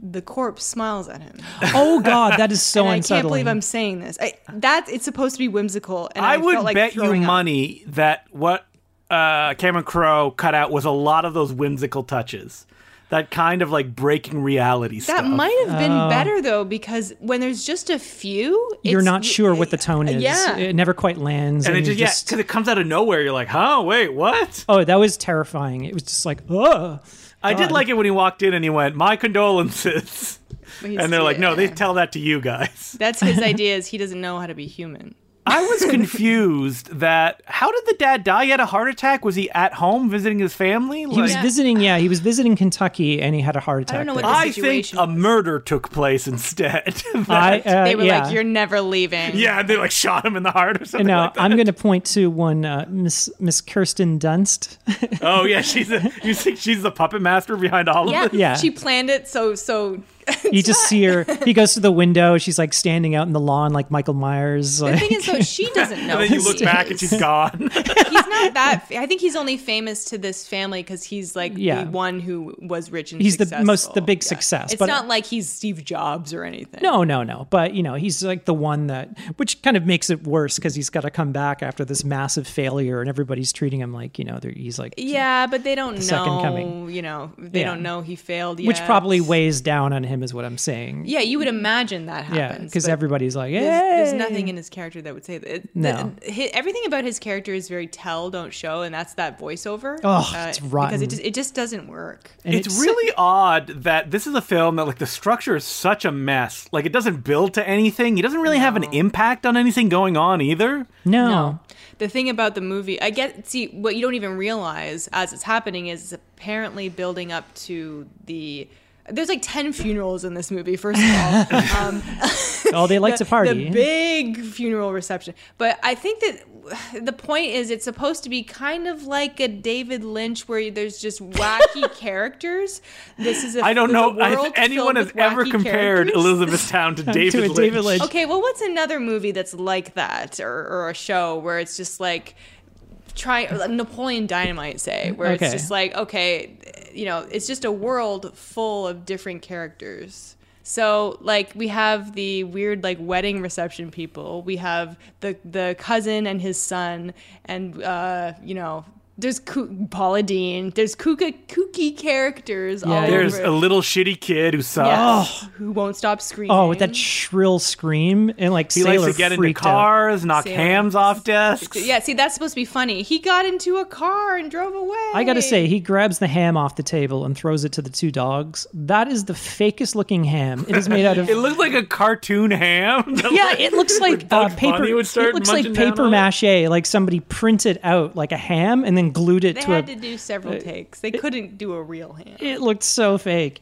[SPEAKER 1] The corpse smiles at
[SPEAKER 3] [gasps]
[SPEAKER 1] him.
[SPEAKER 3] Oh God, that is so
[SPEAKER 1] and I can't
[SPEAKER 3] unsettling.
[SPEAKER 1] believe I'm saying this. I, that it's supposed to be whimsical, and I,
[SPEAKER 2] I would
[SPEAKER 1] felt like
[SPEAKER 2] bet you
[SPEAKER 1] throwing up.
[SPEAKER 2] money that what uh, Cameron Crowe cut out was a lot of those whimsical touches, that kind of like breaking reality
[SPEAKER 1] That
[SPEAKER 2] stuff.
[SPEAKER 1] might have been better though, because when there's just a few,
[SPEAKER 3] Oh. You're
[SPEAKER 1] it's-
[SPEAKER 3] not sure what the tone is.
[SPEAKER 1] Yeah.
[SPEAKER 3] it never quite lands.
[SPEAKER 2] and it
[SPEAKER 3] you
[SPEAKER 2] just, yeah, 'cause it comes out of nowhere. You're like, "Huh? Wait, what?"
[SPEAKER 3] Oh, that was terrifying. It was just like, oh.
[SPEAKER 2] I did
[SPEAKER 3] God.
[SPEAKER 2] like it when he walked in and he went, "My condolences,"
[SPEAKER 1] He's-
[SPEAKER 2] and they're like, "No, they
[SPEAKER 1] yeah.
[SPEAKER 2] tell that to
[SPEAKER 1] [laughs]
[SPEAKER 2] you guys."
[SPEAKER 1] That's
[SPEAKER 3] [laughs]
[SPEAKER 1] his idea. Is he doesn't know how to be human.
[SPEAKER 2] I was confused that how did the dad die? He had a heart attack. Was he at home visiting his family?
[SPEAKER 3] He was
[SPEAKER 1] Yeah.
[SPEAKER 3] visiting, yeah, he was visiting Kentucky, and he had a heart attack.
[SPEAKER 1] I don't know what
[SPEAKER 3] there.
[SPEAKER 1] the
[SPEAKER 2] I think
[SPEAKER 1] situation
[SPEAKER 2] a murder took place instead. [laughs]
[SPEAKER 3] I, uh,
[SPEAKER 1] [laughs] They were
[SPEAKER 3] yeah.
[SPEAKER 1] like, "You're never leaving."
[SPEAKER 2] yeah, and they like shot him in the heart or something.
[SPEAKER 3] no,
[SPEAKER 2] like that.
[SPEAKER 3] I'm going to point to one uh, Miss Miss Kirsten Dunst.
[SPEAKER 2] Oh yeah, she's a, [laughs] you think she's the puppet master behind all
[SPEAKER 1] yeah,
[SPEAKER 2] of this?
[SPEAKER 3] [laughs] Yeah.
[SPEAKER 1] She planned it so so. [laughs]
[SPEAKER 3] you just see her. He goes to the window. She's like standing out in the lawn, like Michael Myers.
[SPEAKER 1] The
[SPEAKER 3] Like,
[SPEAKER 1] thing is, though, she doesn't know.
[SPEAKER 2] [laughs] And then you
[SPEAKER 1] who
[SPEAKER 2] look
[SPEAKER 1] he
[SPEAKER 2] back and
[SPEAKER 1] is.
[SPEAKER 2] [laughs] she's gone.
[SPEAKER 1] He's not that. I think he's only famous to this family because he's like
[SPEAKER 3] Yeah.
[SPEAKER 1] the one who was rich and
[SPEAKER 3] He's the
[SPEAKER 1] successful.
[SPEAKER 3] most- the big success,
[SPEAKER 1] It's
[SPEAKER 3] but-
[SPEAKER 1] not like he's Steve Jobs or anything.
[SPEAKER 3] no, no, no. But you know, he's like the one that, which kind of makes it worse because he's got to come back after this massive failure, and everybody's treating him like you know, they're, he's like,
[SPEAKER 1] Yeah, but they don't know.
[SPEAKER 3] second coming.
[SPEAKER 1] You know, they
[SPEAKER 3] Yeah.
[SPEAKER 1] don't know he failed. Yet.
[SPEAKER 3] which probably weighs down on him, is what I'm saying.
[SPEAKER 1] Yeah, you would imagine that
[SPEAKER 3] Yeah,
[SPEAKER 1] happens.
[SPEAKER 3] because
[SPEAKER 1] but
[SPEAKER 3] everybody's like,
[SPEAKER 1] There's, there's
[SPEAKER 3] "Hey!"
[SPEAKER 1] nothing in his character that would say that. It-
[SPEAKER 3] No.
[SPEAKER 1] the- hi- everything about his character is very tell, don't show, and that's that voiceover. Uh,
[SPEAKER 3] Oh, it's
[SPEAKER 1] Because
[SPEAKER 3] rotten.
[SPEAKER 1] it just, it just doesn't work.
[SPEAKER 3] And
[SPEAKER 2] it's really odd that this is a film that like the structure is such a mess. Like it doesn't build to anything. It doesn't really have an impact on anything going on either.
[SPEAKER 3] no.
[SPEAKER 1] The thing about the movie, I get see what you don't even realize as it's happening is it's apparently building up to the. There's like ten funerals in this movie. First of all,
[SPEAKER 3] [laughs]
[SPEAKER 1] um,
[SPEAKER 3] [laughs] Oh, they like to party.
[SPEAKER 1] [laughs] The big funeral reception. But I think that [sighs] the point is it's supposed to be kind of like a David Lynch where there's just
[SPEAKER 2] [laughs]
[SPEAKER 1] wacky characters. This is a
[SPEAKER 2] I don't
[SPEAKER 1] the
[SPEAKER 2] know if
[SPEAKER 1] world
[SPEAKER 2] anyone
[SPEAKER 1] filled
[SPEAKER 2] has
[SPEAKER 1] with
[SPEAKER 2] ever
[SPEAKER 1] wacky
[SPEAKER 2] compared
[SPEAKER 1] characters.
[SPEAKER 2] Elizabeth Town
[SPEAKER 1] [laughs]
[SPEAKER 2] to David,
[SPEAKER 3] a
[SPEAKER 2] Lynch.
[SPEAKER 3] David Lynch.
[SPEAKER 1] Okay, well, what's another movie that's like that, or, or a show where it's just like try like Napoleon Dynamite, say, where
[SPEAKER 3] Okay.
[SPEAKER 1] it's just like okay, you know, it's just a world full of different characters. So like we have the weird like wedding reception people, we have the the cousin and his son, and uh, you know. There's Coo- Paula Dean. There's kooka, kooky characters all
[SPEAKER 2] There's
[SPEAKER 1] over.
[SPEAKER 2] a little shitty kid who sucks.
[SPEAKER 1] Yes, who won't stop screaming.
[SPEAKER 3] oh, with that shrill scream and like
[SPEAKER 2] He
[SPEAKER 3] Sailor
[SPEAKER 2] likes to get into
[SPEAKER 3] freaked out.
[SPEAKER 2] cars, knock
[SPEAKER 1] Sailor.
[SPEAKER 2] hams off desks.
[SPEAKER 1] Yeah, see, that's supposed to be funny. He got into a car and drove away.
[SPEAKER 3] I gotta say, he grabs the ham off the table and throws it to the two dogs. That is the fakest looking ham. It is made out
[SPEAKER 2] [laughs]
[SPEAKER 3] of.
[SPEAKER 2] It looks like a cartoon ham.
[SPEAKER 1] [laughs]
[SPEAKER 2] [laughs]
[SPEAKER 3] yeah, it looks like uh,
[SPEAKER 2] Bugs
[SPEAKER 3] paper.
[SPEAKER 2] Bunny would start
[SPEAKER 3] It looks like
[SPEAKER 2] munching down
[SPEAKER 3] paper
[SPEAKER 2] on it.
[SPEAKER 3] mache. Like somebody printed out like a ham and then glued it
[SPEAKER 1] they
[SPEAKER 3] to
[SPEAKER 1] had
[SPEAKER 3] a uh,
[SPEAKER 1] to do several takes. They couldn't do a real hand.
[SPEAKER 3] [laughs] it looked so fake.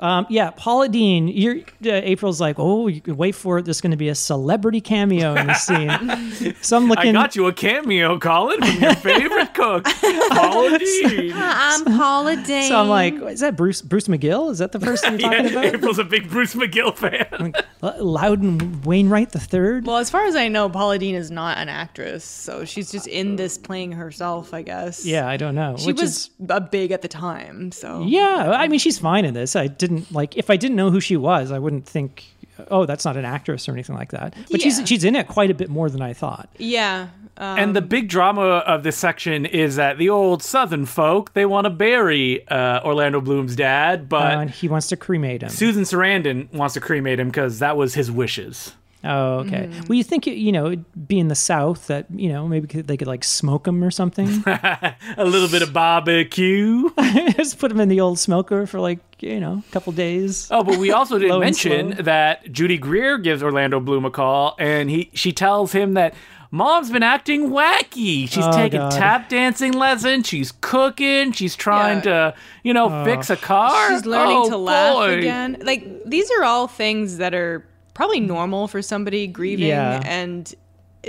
[SPEAKER 3] Um, yeah, Paula Dean, you're, uh, April's like, oh, you can wait for it. There's going to be a celebrity cameo in
[SPEAKER 2] [laughs]
[SPEAKER 3] this scene. so I'm
[SPEAKER 2] I
[SPEAKER 3] looking.
[SPEAKER 2] got you a cameo, Colin, from your [laughs] favorite cook, Paula [laughs] Dean.
[SPEAKER 1] I'm Paula Dane.
[SPEAKER 3] [laughs] So I'm like, is that Bruce Bruce McGill? Is that the person you're
[SPEAKER 2] [laughs]
[SPEAKER 3] talking
[SPEAKER 2] Yeah, April's a big Bruce McGill fan.
[SPEAKER 3] about? L- Loudon Wainwright the third.
[SPEAKER 1] well, as far as I know, Paula Dean is not an actress, so she's just in this playing herself, I guess.
[SPEAKER 3] Yeah, I don't know.
[SPEAKER 1] she
[SPEAKER 3] which
[SPEAKER 1] was
[SPEAKER 3] is-
[SPEAKER 1] a big at the time, so
[SPEAKER 3] yeah, I mean, she's fine in this. I didn't like. If I didn't know who she was, I wouldn't think. Oh, that's not an actress or anything like that. But
[SPEAKER 1] Yeah.
[SPEAKER 3] she's she's in it quite a bit more than I thought.
[SPEAKER 1] yeah. Um,
[SPEAKER 2] And the big drama of this section is that the old Southern folk they want to bury uh, Orlando Bloom's dad,
[SPEAKER 3] Uh,
[SPEAKER 2] but
[SPEAKER 3] and he wants to cremate him.
[SPEAKER 2] Susan Sarandon wants to cremate him because that was his wishes.
[SPEAKER 3] Oh, okay.
[SPEAKER 1] mm-hmm.
[SPEAKER 3] Well, you think it, you know, it'd be in the South that you know maybe could, they could like smoke them
[SPEAKER 1] [laughs]
[SPEAKER 3] or something.
[SPEAKER 2] A little bit of barbecue.
[SPEAKER 3] [laughs] Just put them in the old smoker for like you know a couple days.
[SPEAKER 2] Oh, but we also
[SPEAKER 3] Low
[SPEAKER 2] didn't
[SPEAKER 3] and
[SPEAKER 2] mention
[SPEAKER 3] slow.
[SPEAKER 2] that Judy Greer gives Orlando Bloom a call, and he she tells him that mom's been acting wacky. She's
[SPEAKER 3] Oh,
[SPEAKER 2] taking
[SPEAKER 3] God.
[SPEAKER 2] tap dancing lessons. She's cooking. She's trying
[SPEAKER 1] Yeah.
[SPEAKER 2] to you know fix a car.
[SPEAKER 1] She's learning
[SPEAKER 2] Oh,
[SPEAKER 1] to laugh
[SPEAKER 2] boy.
[SPEAKER 1] again. Like these are all things that are probably normal for somebody grieving,
[SPEAKER 3] Yeah.
[SPEAKER 1] and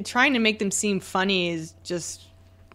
[SPEAKER 1] trying to make them seem funny is just.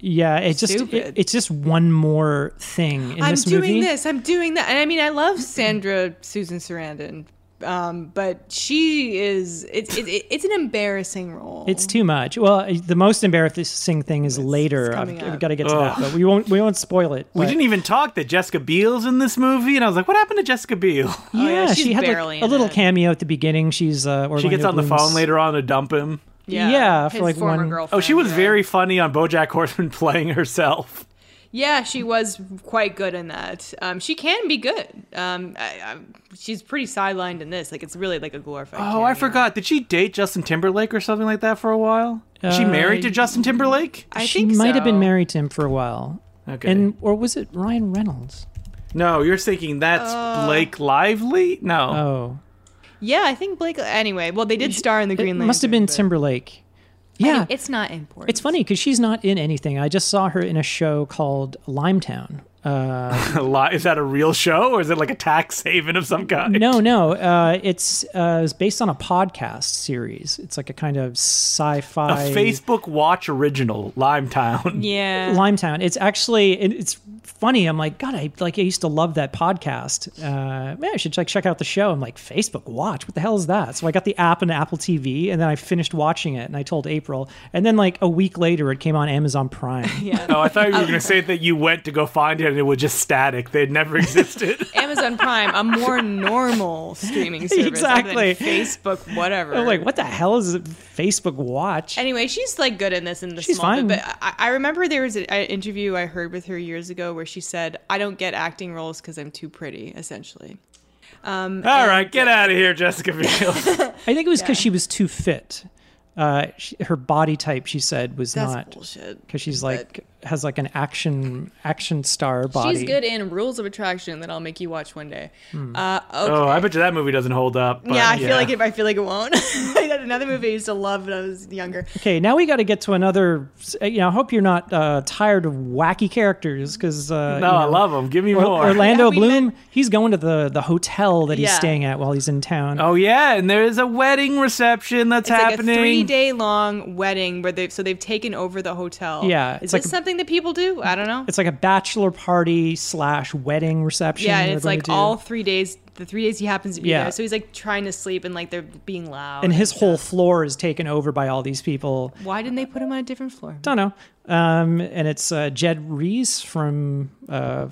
[SPEAKER 3] Yeah, it's just
[SPEAKER 1] Stupid.
[SPEAKER 3] it, it's just one more thing in
[SPEAKER 1] I'm
[SPEAKER 3] this
[SPEAKER 1] doing
[SPEAKER 3] movie.
[SPEAKER 1] this. I'm doing that. And I mean, I love Sandra Susan Sarandon, um, but she is. It's it, it's an embarrassing role.
[SPEAKER 3] It's too much. Well, the most embarrassing thing is later.
[SPEAKER 1] it's
[SPEAKER 3] I've,
[SPEAKER 1] coming up.
[SPEAKER 3] got to get to that, but we won't we won't spoil it.
[SPEAKER 2] We
[SPEAKER 3] but-
[SPEAKER 2] didn't even talk that Jessica Biel's in this movie, and I was like, "What happened to Jessica Biel?" [laughs]
[SPEAKER 1] Oh, yeah,
[SPEAKER 3] Yeah,
[SPEAKER 1] she's
[SPEAKER 3] she had
[SPEAKER 1] barely
[SPEAKER 3] like, a
[SPEAKER 1] in
[SPEAKER 3] little
[SPEAKER 1] it.
[SPEAKER 3] cameo at the beginning. She's uh,
[SPEAKER 2] She gets
[SPEAKER 3] Orlando
[SPEAKER 2] on the phone
[SPEAKER 3] Bloom's-
[SPEAKER 2] later on to dump him.
[SPEAKER 3] yeah, for
[SPEAKER 1] his
[SPEAKER 3] like
[SPEAKER 1] former
[SPEAKER 3] one-
[SPEAKER 1] girlfriend.
[SPEAKER 2] Oh, she was
[SPEAKER 1] yeah.
[SPEAKER 2] very funny on BoJack Horseman [laughs] playing herself.
[SPEAKER 1] Yeah, she was quite good in that. Um, she can be good. Um, I, I, she's pretty sidelined in this. Like it's really like a glorified.
[SPEAKER 2] Oh,
[SPEAKER 1] cameo.
[SPEAKER 2] I forgot. Did she date Justin Timberlake or something like that for a while? Was she
[SPEAKER 3] Uh,
[SPEAKER 2] married to Justin Timberlake?
[SPEAKER 1] I
[SPEAKER 3] she
[SPEAKER 1] think
[SPEAKER 3] might have
[SPEAKER 1] so.
[SPEAKER 3] been married to him for a while.
[SPEAKER 2] Okay.
[SPEAKER 3] And or was it Ryan Reynolds?
[SPEAKER 2] No, you're thinking that's Blake Lively? No.
[SPEAKER 3] Oh,
[SPEAKER 1] Yeah, I think Blake. Anyway, well, they did star in the Green
[SPEAKER 3] it
[SPEAKER 1] Lantern.
[SPEAKER 3] must have been
[SPEAKER 1] but-
[SPEAKER 3] Timberlake. Yeah,
[SPEAKER 1] Any- it's not important.
[SPEAKER 3] it's funny because she's not in anything. I just saw her in a show called Limetown. Uh,
[SPEAKER 2] [laughs] Li- Is that a real show or is it like a tax haven of some kind?
[SPEAKER 3] no, no, uh, it's uh, it's based on a podcast series. It's like a kind
[SPEAKER 2] A
[SPEAKER 3] of sci-fi
[SPEAKER 2] Facebook Watch original, Limetown.
[SPEAKER 1] Yeah.
[SPEAKER 3] Limetown. It's actually it- it's funny. I'm like, God, I like I used to love that podcast. Uh, man, I should like check out the show. I'm like, Facebook Watch. What the hell is that? So I got the app and Apple TV, and then I finished watching it, and I told April, and then like a week later, it came on Amazon Prime.
[SPEAKER 1] [laughs] yeah.
[SPEAKER 2] [laughs] Oh, I thought you were going to say that you went to go find it and it was just static. They had never [laughs] existed.
[SPEAKER 1] [laughs] Amazon Prime, a
[SPEAKER 3] [laughs]
[SPEAKER 1] more normal streaming service. other than
[SPEAKER 3] Exactly.
[SPEAKER 1] Facebook, whatever.
[SPEAKER 3] I'm like, what the hell is Facebook Watch?
[SPEAKER 1] Anyway, she's like good in this in the
[SPEAKER 3] She's
[SPEAKER 1] small bit,
[SPEAKER 3] fine.
[SPEAKER 1] but I, I remember there was an interview I heard with her years ago where she said, "I don't get acting roles because I'm too pretty," essentially. Um,
[SPEAKER 2] All right, get out of here, Jessica Biel.
[SPEAKER 3] I think it was because she was too fit. Uh, she, her body type, she said, was
[SPEAKER 1] that's
[SPEAKER 3] not
[SPEAKER 1] bullshit.
[SPEAKER 3] because she's like has like an action action star body. Hmm.
[SPEAKER 1] She's good in Rules of Attraction that I'll make you watch one day. Uh, okay.
[SPEAKER 2] oh, I bet you that movie doesn't hold up. but
[SPEAKER 1] yeah, I feel like it. I feel like it won't. [laughs] I had another movie I used to love when I was younger.
[SPEAKER 3] Okay, now we got to get to another. You know, I hope you're not uh, tired of wacky characters because uh, you
[SPEAKER 2] No, I
[SPEAKER 3] know,
[SPEAKER 2] love them. Give me
[SPEAKER 3] Or-
[SPEAKER 2] more.
[SPEAKER 3] Orlando
[SPEAKER 1] Have we
[SPEAKER 3] Bloom.
[SPEAKER 1] met-
[SPEAKER 3] He's going to the the hotel that he's
[SPEAKER 1] Yeah.
[SPEAKER 3] staying at while he's in town.
[SPEAKER 2] Oh yeah, and there is a wedding reception that's
[SPEAKER 1] It's
[SPEAKER 2] happening.
[SPEAKER 1] like a three day long wedding where they so they've taken over the hotel.
[SPEAKER 3] Yeah,
[SPEAKER 1] is
[SPEAKER 3] it's like
[SPEAKER 1] this
[SPEAKER 3] a-
[SPEAKER 1] something that people do? I don't know.
[SPEAKER 3] It's like a bachelor party slash wedding reception.
[SPEAKER 1] yeah, and
[SPEAKER 3] they're
[SPEAKER 1] it's
[SPEAKER 3] going
[SPEAKER 1] like
[SPEAKER 3] to do.
[SPEAKER 1] all three days. The three days he happens to be
[SPEAKER 3] Yeah.
[SPEAKER 1] there, so he's like trying to sleep and like they're being loud.
[SPEAKER 3] And his
[SPEAKER 1] stuff.
[SPEAKER 3] whole floor is taken over by all these people.
[SPEAKER 1] Why didn't they put him on a different floor?
[SPEAKER 3] Don't know. Um, and it's uh, Jed Reese from uh,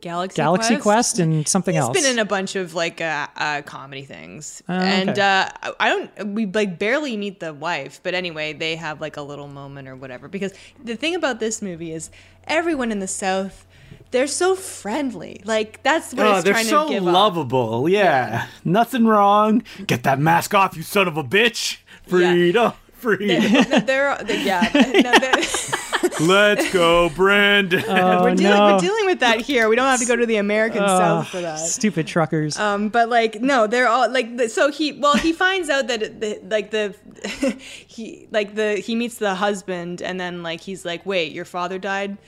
[SPEAKER 1] Galaxy
[SPEAKER 3] Galaxy Quest? and something
[SPEAKER 1] He's
[SPEAKER 3] else.
[SPEAKER 1] been in a bunch of like uh, uh, comedy things,
[SPEAKER 3] Oh,
[SPEAKER 1] and
[SPEAKER 3] okay.
[SPEAKER 1] uh, I- I don't. We like barely meet the wife, but anyway, they have like a little moment or whatever. Because the thing about this movie is everyone in the South, they're so friendly. Like that's what
[SPEAKER 2] Oh,
[SPEAKER 1] it's
[SPEAKER 2] they're
[SPEAKER 1] trying
[SPEAKER 2] so
[SPEAKER 1] to give off.
[SPEAKER 2] lovable. Yeah. Nothing wrong. Get that mask off, you son of a bitch. Freedom.
[SPEAKER 1] [laughs]
[SPEAKER 2] Freedom.
[SPEAKER 1] No, [laughs] they're, they
[SPEAKER 3] [laughs]
[SPEAKER 1] yeah. No, [laughs] they're,
[SPEAKER 2] Let's go,
[SPEAKER 1] [laughs]
[SPEAKER 2] Brandon.
[SPEAKER 3] Oh,
[SPEAKER 1] we're, dealing,
[SPEAKER 3] no.
[SPEAKER 1] we're dealing with that here. We don't have to go to the American
[SPEAKER 3] Oh,
[SPEAKER 1] South for that.
[SPEAKER 3] Stupid truckers.
[SPEAKER 1] Um, but like no, they're all like the, so he well he finds out that it- the, like the [laughs] he like the he meets the husband and then like he's like wait your father died.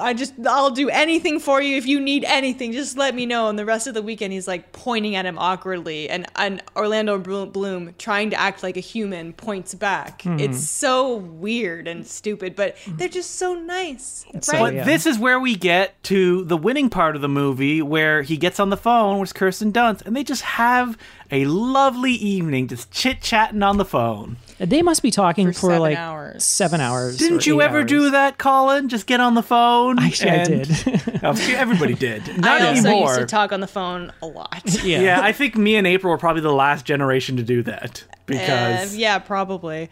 [SPEAKER 1] I just I'll do anything for you if you need anything just let me know and the rest of the weekend he's like pointing at him awkwardly and and Orlando Blo- Bloom trying to act like a human points back.
[SPEAKER 3] Hmm.
[SPEAKER 1] It's so weird and stupid but they're just so nice.
[SPEAKER 3] so-
[SPEAKER 1] right?
[SPEAKER 2] But
[SPEAKER 3] yeah.
[SPEAKER 2] this is where we get to the winning part of the movie where he gets on the phone with Kirsten Dunst and they just have a lovely evening just chit chatting on the phone.
[SPEAKER 3] They must be talking
[SPEAKER 1] For
[SPEAKER 3] for,
[SPEAKER 1] seven
[SPEAKER 3] like
[SPEAKER 1] hours.
[SPEAKER 3] seven hours. or
[SPEAKER 2] Didn't you
[SPEAKER 3] eight
[SPEAKER 2] ever
[SPEAKER 3] hours.
[SPEAKER 2] do that, Colin? Just get on the phone?
[SPEAKER 3] Actually, I
[SPEAKER 2] and- [laughs]
[SPEAKER 3] did. [laughs]
[SPEAKER 2] Oh, everybody did. Not
[SPEAKER 1] I also
[SPEAKER 2] anymore.
[SPEAKER 1] used to talk on the phone a lot.
[SPEAKER 3] [laughs]
[SPEAKER 1] [laughs]
[SPEAKER 3] yeah.
[SPEAKER 2] yeah, I think me and April were probably the last generation to do that
[SPEAKER 1] Uh,
[SPEAKER 2] because
[SPEAKER 1] yeah, probably.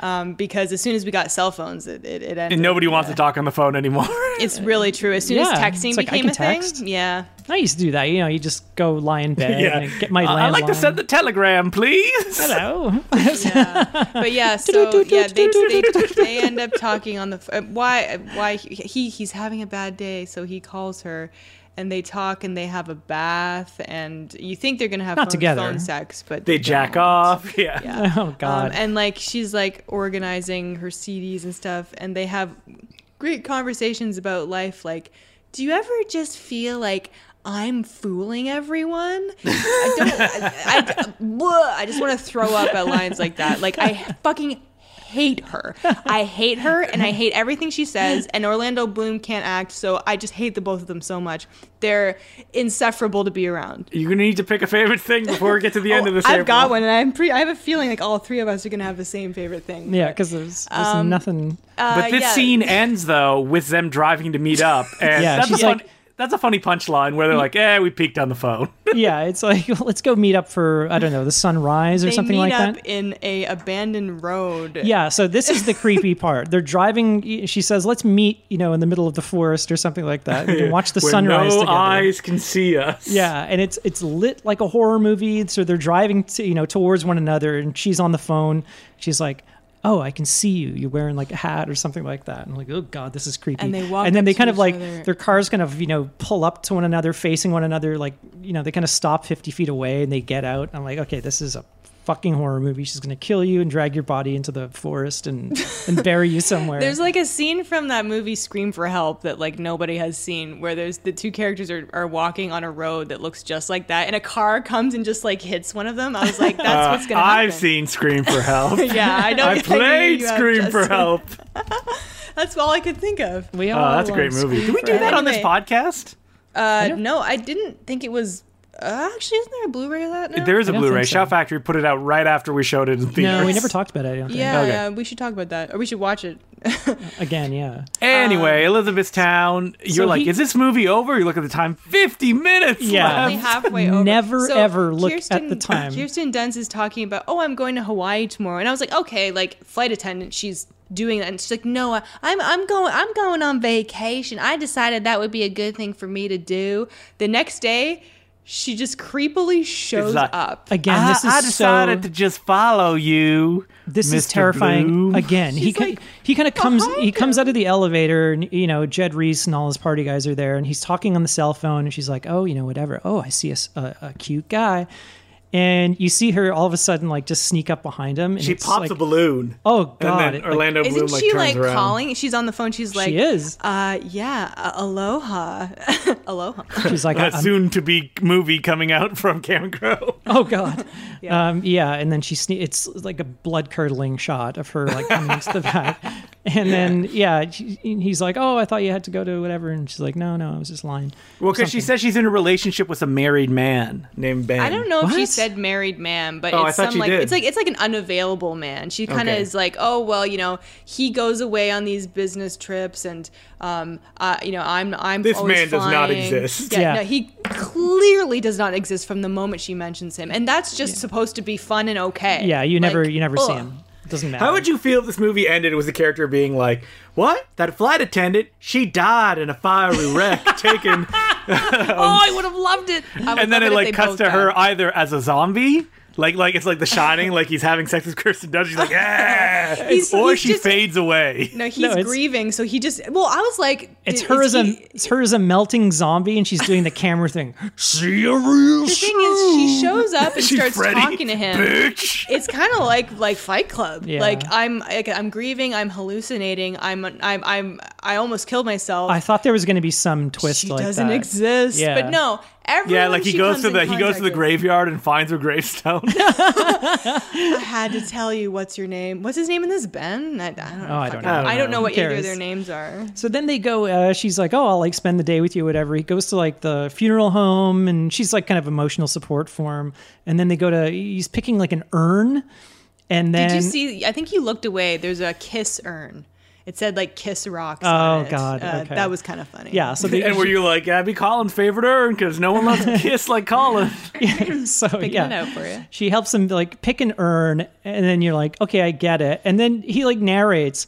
[SPEAKER 1] um, because as soon as we got cell phones, it it, it ended.
[SPEAKER 2] And nobody wants
[SPEAKER 1] Yeah.
[SPEAKER 2] to talk on the phone anymore. [laughs]
[SPEAKER 1] It's really true. As soon as
[SPEAKER 3] Yeah,
[SPEAKER 1] texting
[SPEAKER 3] it's like, I
[SPEAKER 1] became
[SPEAKER 3] can
[SPEAKER 1] a
[SPEAKER 3] text.
[SPEAKER 1] thing,
[SPEAKER 3] [laughs]
[SPEAKER 1] yeah,
[SPEAKER 3] I used to do that. You know, you just go lie in bed and I get my landline. Oh.
[SPEAKER 2] I- I'd like to
[SPEAKER 3] [laughs]
[SPEAKER 2] send the telegram, please.
[SPEAKER 3] Hello.
[SPEAKER 1] yeah. but
[SPEAKER 3] [laughs]
[SPEAKER 1] yeah, so yeah, they, they, they end up talking on the ph- uh, why why he he's having a bad day, so he calls her, and they talk and they have a bath, and you think they're gonna have
[SPEAKER 3] Not
[SPEAKER 1] phone,
[SPEAKER 3] together.
[SPEAKER 1] phone sex, but
[SPEAKER 2] [laughs] They
[SPEAKER 1] don't.
[SPEAKER 2] jack off. Yeah.
[SPEAKER 1] Yeah.
[SPEAKER 3] [laughs] Oh,
[SPEAKER 1] Um,
[SPEAKER 3] God.
[SPEAKER 1] and like she's like organizing her CDs and stuff, and they have great conversations about life. Like, do you ever just feel like I'm fooling
[SPEAKER 2] [laughs]
[SPEAKER 1] everyone? I don't. I, I, bleh, I just want to throw up at lines like that. Like, I fucking hate her. I hate her, and I hate everything she says. And Orlando Bloom can't act, so I just hate the both of them so much. They're insufferable to be around.
[SPEAKER 2] You're gonna need to pick a favorite thing before we get to the end
[SPEAKER 1] Oh,
[SPEAKER 2] of this.
[SPEAKER 1] I've got
[SPEAKER 2] April.
[SPEAKER 1] one, and I'm pre. I have a feeling like all three of us are gonna have the same favorite thing.
[SPEAKER 3] Yeah, because there's, there's
[SPEAKER 1] um,
[SPEAKER 3] nothing.
[SPEAKER 1] Uh,
[SPEAKER 2] But this scene ends though with them driving to
[SPEAKER 1] [laughs]
[SPEAKER 2] meet up, and
[SPEAKER 3] Yeah,
[SPEAKER 2] that's a
[SPEAKER 3] she's
[SPEAKER 2] fun,
[SPEAKER 3] like-
[SPEAKER 2] that's a funny punchline where they're like, "Eh, we peeked on the phone."
[SPEAKER 3] Yeah, it's like [laughs] let's go meet up for I don't know the sunrise or
[SPEAKER 1] they
[SPEAKER 3] something
[SPEAKER 1] meet
[SPEAKER 3] like
[SPEAKER 1] up
[SPEAKER 3] that.
[SPEAKER 1] in a abandoned road.
[SPEAKER 3] Yeah, so this
[SPEAKER 1] [laughs]
[SPEAKER 3] is the creepy part. They're driving. She says, "Let's meet," you know, in the middle of the forest or something like that. We can watch the
[SPEAKER 2] Where
[SPEAKER 3] sunrise
[SPEAKER 2] No
[SPEAKER 3] together.
[SPEAKER 2] eyes can see us.
[SPEAKER 3] Yeah, and it's it's lit like a horror movie. So they're driving, to, you know, towards one another, and she's on the phone. She's like, "Oh, I can see you. You're wearing like a hat or something like that." And I'm like, "Oh God, this is creepy."
[SPEAKER 1] And they walk
[SPEAKER 3] and then
[SPEAKER 1] up
[SPEAKER 3] they
[SPEAKER 1] to
[SPEAKER 3] kind of
[SPEAKER 1] each
[SPEAKER 3] like
[SPEAKER 1] other.
[SPEAKER 3] their cars kind of you know pull up to one another, facing one another. Like you know, they kind of stop fifty feet away, and they get out. I'm like, "Okay, this is a." Fucking horror movie. She's gonna kill you and drag your body into the
[SPEAKER 1] [laughs]
[SPEAKER 3] forest and, and bury you somewhere.
[SPEAKER 1] There's like a scene from that movie Scream for Help that like nobody has seen where there's the two characters are, are walking on a road that looks just like that and a car comes and just like hits one of them. I was like, that's
[SPEAKER 2] Uh,
[SPEAKER 1] what's gonna happen.
[SPEAKER 2] I've seen Scream
[SPEAKER 1] [laughs]
[SPEAKER 2] for Help.
[SPEAKER 1] Yeah,
[SPEAKER 2] [laughs]
[SPEAKER 1] I know.
[SPEAKER 2] I
[SPEAKER 1] knew
[SPEAKER 2] played
[SPEAKER 1] you had
[SPEAKER 2] Scream
[SPEAKER 1] just-
[SPEAKER 2] for Help.
[SPEAKER 1] [laughs] That's all I could think of.
[SPEAKER 3] we all
[SPEAKER 2] Oh, that's a great
[SPEAKER 3] love
[SPEAKER 2] movie.
[SPEAKER 3] Scream
[SPEAKER 2] Did we
[SPEAKER 3] for
[SPEAKER 2] do
[SPEAKER 3] Help.
[SPEAKER 2] that on this
[SPEAKER 1] Anyway.
[SPEAKER 2] podcast?
[SPEAKER 1] Uh, no, I didn't think it was. Uh, actually, isn't there a Blu-ray of that now?
[SPEAKER 2] There is a
[SPEAKER 3] I don't
[SPEAKER 2] Blu-ray.
[SPEAKER 3] think so.
[SPEAKER 2] Shout Factory put it out right after we showed it in theaters.
[SPEAKER 3] No, we never talked about it. I don't think.
[SPEAKER 1] Yeah,
[SPEAKER 2] Okay.
[SPEAKER 1] yeah, we should talk about that, or we should watch it. [laughs]
[SPEAKER 3] Again, yeah.
[SPEAKER 2] Anyway, Elizabethtown. You're like,
[SPEAKER 3] he-
[SPEAKER 2] is this movie over? You look at the time, 50 minutes
[SPEAKER 3] Yeah.
[SPEAKER 1] only
[SPEAKER 2] left.
[SPEAKER 1] halfway over.
[SPEAKER 3] Never, ever look at
[SPEAKER 1] Kirsten-
[SPEAKER 3] the time.
[SPEAKER 1] Kirsten Dunst is talking about, oh, I'm going to Hawaii tomorrow, and I was like, okay, like flight attendant, she's doing that, and she's like, no, I- I'm I'm going I'm going on vacation. I decided that would be a good thing for me to do. The next day, she just creepily shows
[SPEAKER 2] Exact-
[SPEAKER 1] up.
[SPEAKER 3] Again,
[SPEAKER 2] I,
[SPEAKER 3] this is
[SPEAKER 2] I decided
[SPEAKER 3] so.
[SPEAKER 2] to just follow you.
[SPEAKER 3] This is
[SPEAKER 2] Mr.
[SPEAKER 3] terrifying.
[SPEAKER 2] Bloom.
[SPEAKER 3] Again, he
[SPEAKER 1] She's,
[SPEAKER 3] ki-
[SPEAKER 1] like,
[SPEAKER 3] he kind of comes he
[SPEAKER 1] behind
[SPEAKER 3] comes
[SPEAKER 1] him.
[SPEAKER 3] out of the elevator, and you know Jed Reese and all his party guys are there, and he's talking on the cell phone, and she's like, "Oh, you know, whatever. Oh, I see a, s- a- a cute guy," and you see her all of a sudden like just sneak up behind him, and
[SPEAKER 2] She
[SPEAKER 3] it's
[SPEAKER 2] pops
[SPEAKER 3] like,
[SPEAKER 2] a balloon.
[SPEAKER 3] Oh god,
[SPEAKER 2] and
[SPEAKER 3] it-
[SPEAKER 2] then Orlando Bloom
[SPEAKER 1] Isn't
[SPEAKER 2] like
[SPEAKER 1] she
[SPEAKER 2] turns
[SPEAKER 1] like
[SPEAKER 2] around. [laughs]
[SPEAKER 1] calling? She's on the phone. She's
[SPEAKER 3] like,
[SPEAKER 1] like,
[SPEAKER 3] she is.
[SPEAKER 1] Uh, yeah, uh, aloha, [laughs] aloha.
[SPEAKER 2] [laughs]
[SPEAKER 3] She's like,
[SPEAKER 2] A
[SPEAKER 3] "I'm-
[SPEAKER 2] soon to be movie coming out from Cameron Crowe.
[SPEAKER 3] Oh god.
[SPEAKER 1] Yeah.
[SPEAKER 3] yeah. Um, yeah, and then she sne- it's like a blood curdling shot of her like coming into the back, and then yeah, she, he's like, "Oh, I thought you had to go to whatever," and she's like, "No, no, I was just lying."
[SPEAKER 2] Well, because she says she's in a relationship with a married man named Ben.
[SPEAKER 1] I don't know if she
[SPEAKER 3] What?
[SPEAKER 1] said married man, but
[SPEAKER 2] Oh, I
[SPEAKER 1] it's
[SPEAKER 2] thought
[SPEAKER 1] some
[SPEAKER 2] she
[SPEAKER 1] like
[SPEAKER 2] did.
[SPEAKER 1] it's like it's like an unavailable man. She kind of
[SPEAKER 2] Okay.
[SPEAKER 1] is like, oh well, you know, he goes away on these business trips, and um, uh, you know, I'm I'm
[SPEAKER 2] This
[SPEAKER 1] always
[SPEAKER 2] man does not
[SPEAKER 1] flying.
[SPEAKER 2] exist.
[SPEAKER 1] Yeah,
[SPEAKER 3] Yeah.
[SPEAKER 1] no, he clearly does not exist from the moment she mentions him, and that's just supposed to be fun and okay.
[SPEAKER 3] Yeah, you never
[SPEAKER 1] Like,
[SPEAKER 3] you never see
[SPEAKER 1] ugh.
[SPEAKER 3] him. It doesn't matter.
[SPEAKER 2] How would you feel if this movie ended with the character being like, "What? That flight attendant? She died in a fiery wreck,
[SPEAKER 1] [laughs]
[SPEAKER 2] taken."
[SPEAKER 1] Oh, I would have loved it. I would
[SPEAKER 2] And
[SPEAKER 1] love
[SPEAKER 2] then it
[SPEAKER 1] if
[SPEAKER 2] like
[SPEAKER 1] they
[SPEAKER 2] cuts
[SPEAKER 1] both
[SPEAKER 2] to
[SPEAKER 1] died.
[SPEAKER 2] her either as a zombie, like like it's like The Shining, like he's having sex with Kirsten
[SPEAKER 1] [laughs]
[SPEAKER 2] Dunst. She's like, "Yeah,"
[SPEAKER 1] He's-
[SPEAKER 2] or
[SPEAKER 1] he's
[SPEAKER 2] she
[SPEAKER 1] just-
[SPEAKER 2] fades away.
[SPEAKER 1] No, he's
[SPEAKER 3] it's-
[SPEAKER 1] grieving, so he just. Well, I was like,
[SPEAKER 3] It's
[SPEAKER 1] is
[SPEAKER 3] her as
[SPEAKER 1] he-
[SPEAKER 3] a it's her as a melting zombie, and she's doing the camera thing.
[SPEAKER 2] See you real
[SPEAKER 1] The thing is, she shows up and
[SPEAKER 2] She's
[SPEAKER 1] starts
[SPEAKER 2] Freddy,
[SPEAKER 1] talking to him.
[SPEAKER 2] [laughs] Bitch.
[SPEAKER 1] it's kind of like like Fight Club.
[SPEAKER 3] Yeah.
[SPEAKER 1] Like I'm like, I'm grieving, I'm hallucinating, I'm I'm I'm I almost killed myself.
[SPEAKER 3] I thought there was going to be some twist
[SPEAKER 1] she
[SPEAKER 3] like
[SPEAKER 1] doesn't
[SPEAKER 3] that.
[SPEAKER 1] exist.
[SPEAKER 3] Yeah.
[SPEAKER 1] But no, everyone
[SPEAKER 2] Yeah, like he
[SPEAKER 1] she
[SPEAKER 2] goes
[SPEAKER 1] comes
[SPEAKER 2] to
[SPEAKER 1] in
[SPEAKER 2] the he goes to
[SPEAKER 1] contact
[SPEAKER 2] the
[SPEAKER 1] with,
[SPEAKER 2] graveyard and finds
[SPEAKER 1] [laughs]
[SPEAKER 2] her gravestone.
[SPEAKER 1] I had to tell you what's your name. What's his name in this Ben? I, I don't know.
[SPEAKER 3] Oh, I
[SPEAKER 1] Fuck,
[SPEAKER 3] don't know. I
[SPEAKER 2] don't
[SPEAKER 1] I don't
[SPEAKER 2] know.
[SPEAKER 1] know what
[SPEAKER 3] Who
[SPEAKER 1] either of
[SPEAKER 3] cares?
[SPEAKER 1] their names are.
[SPEAKER 3] So then they go. Uh, she's like, "Oh, I'll like spend the day with you, whatever." He goes to like the funeral home, and she's like kind of emotional support for him. And then they go to. He's picking like an urn, and then
[SPEAKER 1] Did you see? I think you looked away. There's a kiss urn. It said like Kiss Rocks.
[SPEAKER 3] Oh,
[SPEAKER 1] on it.
[SPEAKER 3] God,
[SPEAKER 1] Uh,
[SPEAKER 3] okay.
[SPEAKER 1] That was kind of funny.
[SPEAKER 3] Yeah. So
[SPEAKER 2] [laughs]
[SPEAKER 3] the,
[SPEAKER 2] and were you like, Abby Colin favored her because no
[SPEAKER 1] [laughs]
[SPEAKER 2] one loves Kiss like Colin?
[SPEAKER 3] [laughs] so
[SPEAKER 1] Picking
[SPEAKER 3] yeah.
[SPEAKER 1] it out for you.
[SPEAKER 3] she helps him like pick an urn and then you're like okay i get it and then he like narrates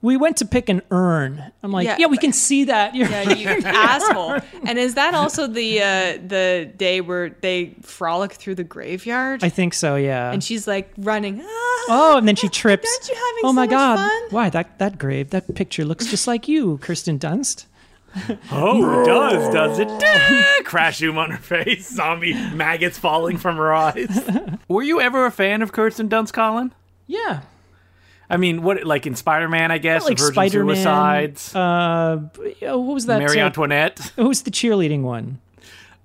[SPEAKER 3] we went to pick an urn i'm like yeah,
[SPEAKER 1] Yeah,
[SPEAKER 3] we
[SPEAKER 1] but-
[SPEAKER 3] can see that you're
[SPEAKER 1] Yeah, you asshole. And is that also the uh, the day where they frolic through the graveyard?
[SPEAKER 3] [laughs] i think so yeah
[SPEAKER 1] and she's like running. "Ah,
[SPEAKER 3] oh and then she trips
[SPEAKER 1] [laughs] Aren't you having
[SPEAKER 3] oh
[SPEAKER 1] so
[SPEAKER 3] my
[SPEAKER 1] much
[SPEAKER 3] god
[SPEAKER 1] fun?"
[SPEAKER 3] why that that grave that picture looks just like you kirsten dunst
[SPEAKER 2] Oh, it does, does it? [laughs] Crash zoom on her face, [laughs] zombie maggots falling from her eyes. [laughs] Were you ever a fan of Kirsten Dunst, Colin?
[SPEAKER 3] yeah
[SPEAKER 2] I mean, what like in Spider Man, I guess,
[SPEAKER 3] like
[SPEAKER 2] Virgin
[SPEAKER 3] spider-man
[SPEAKER 2] Suicides,
[SPEAKER 3] uh oh, what was that
[SPEAKER 2] Marie
[SPEAKER 3] uh,
[SPEAKER 2] Antoinette.
[SPEAKER 3] who's the cheerleading one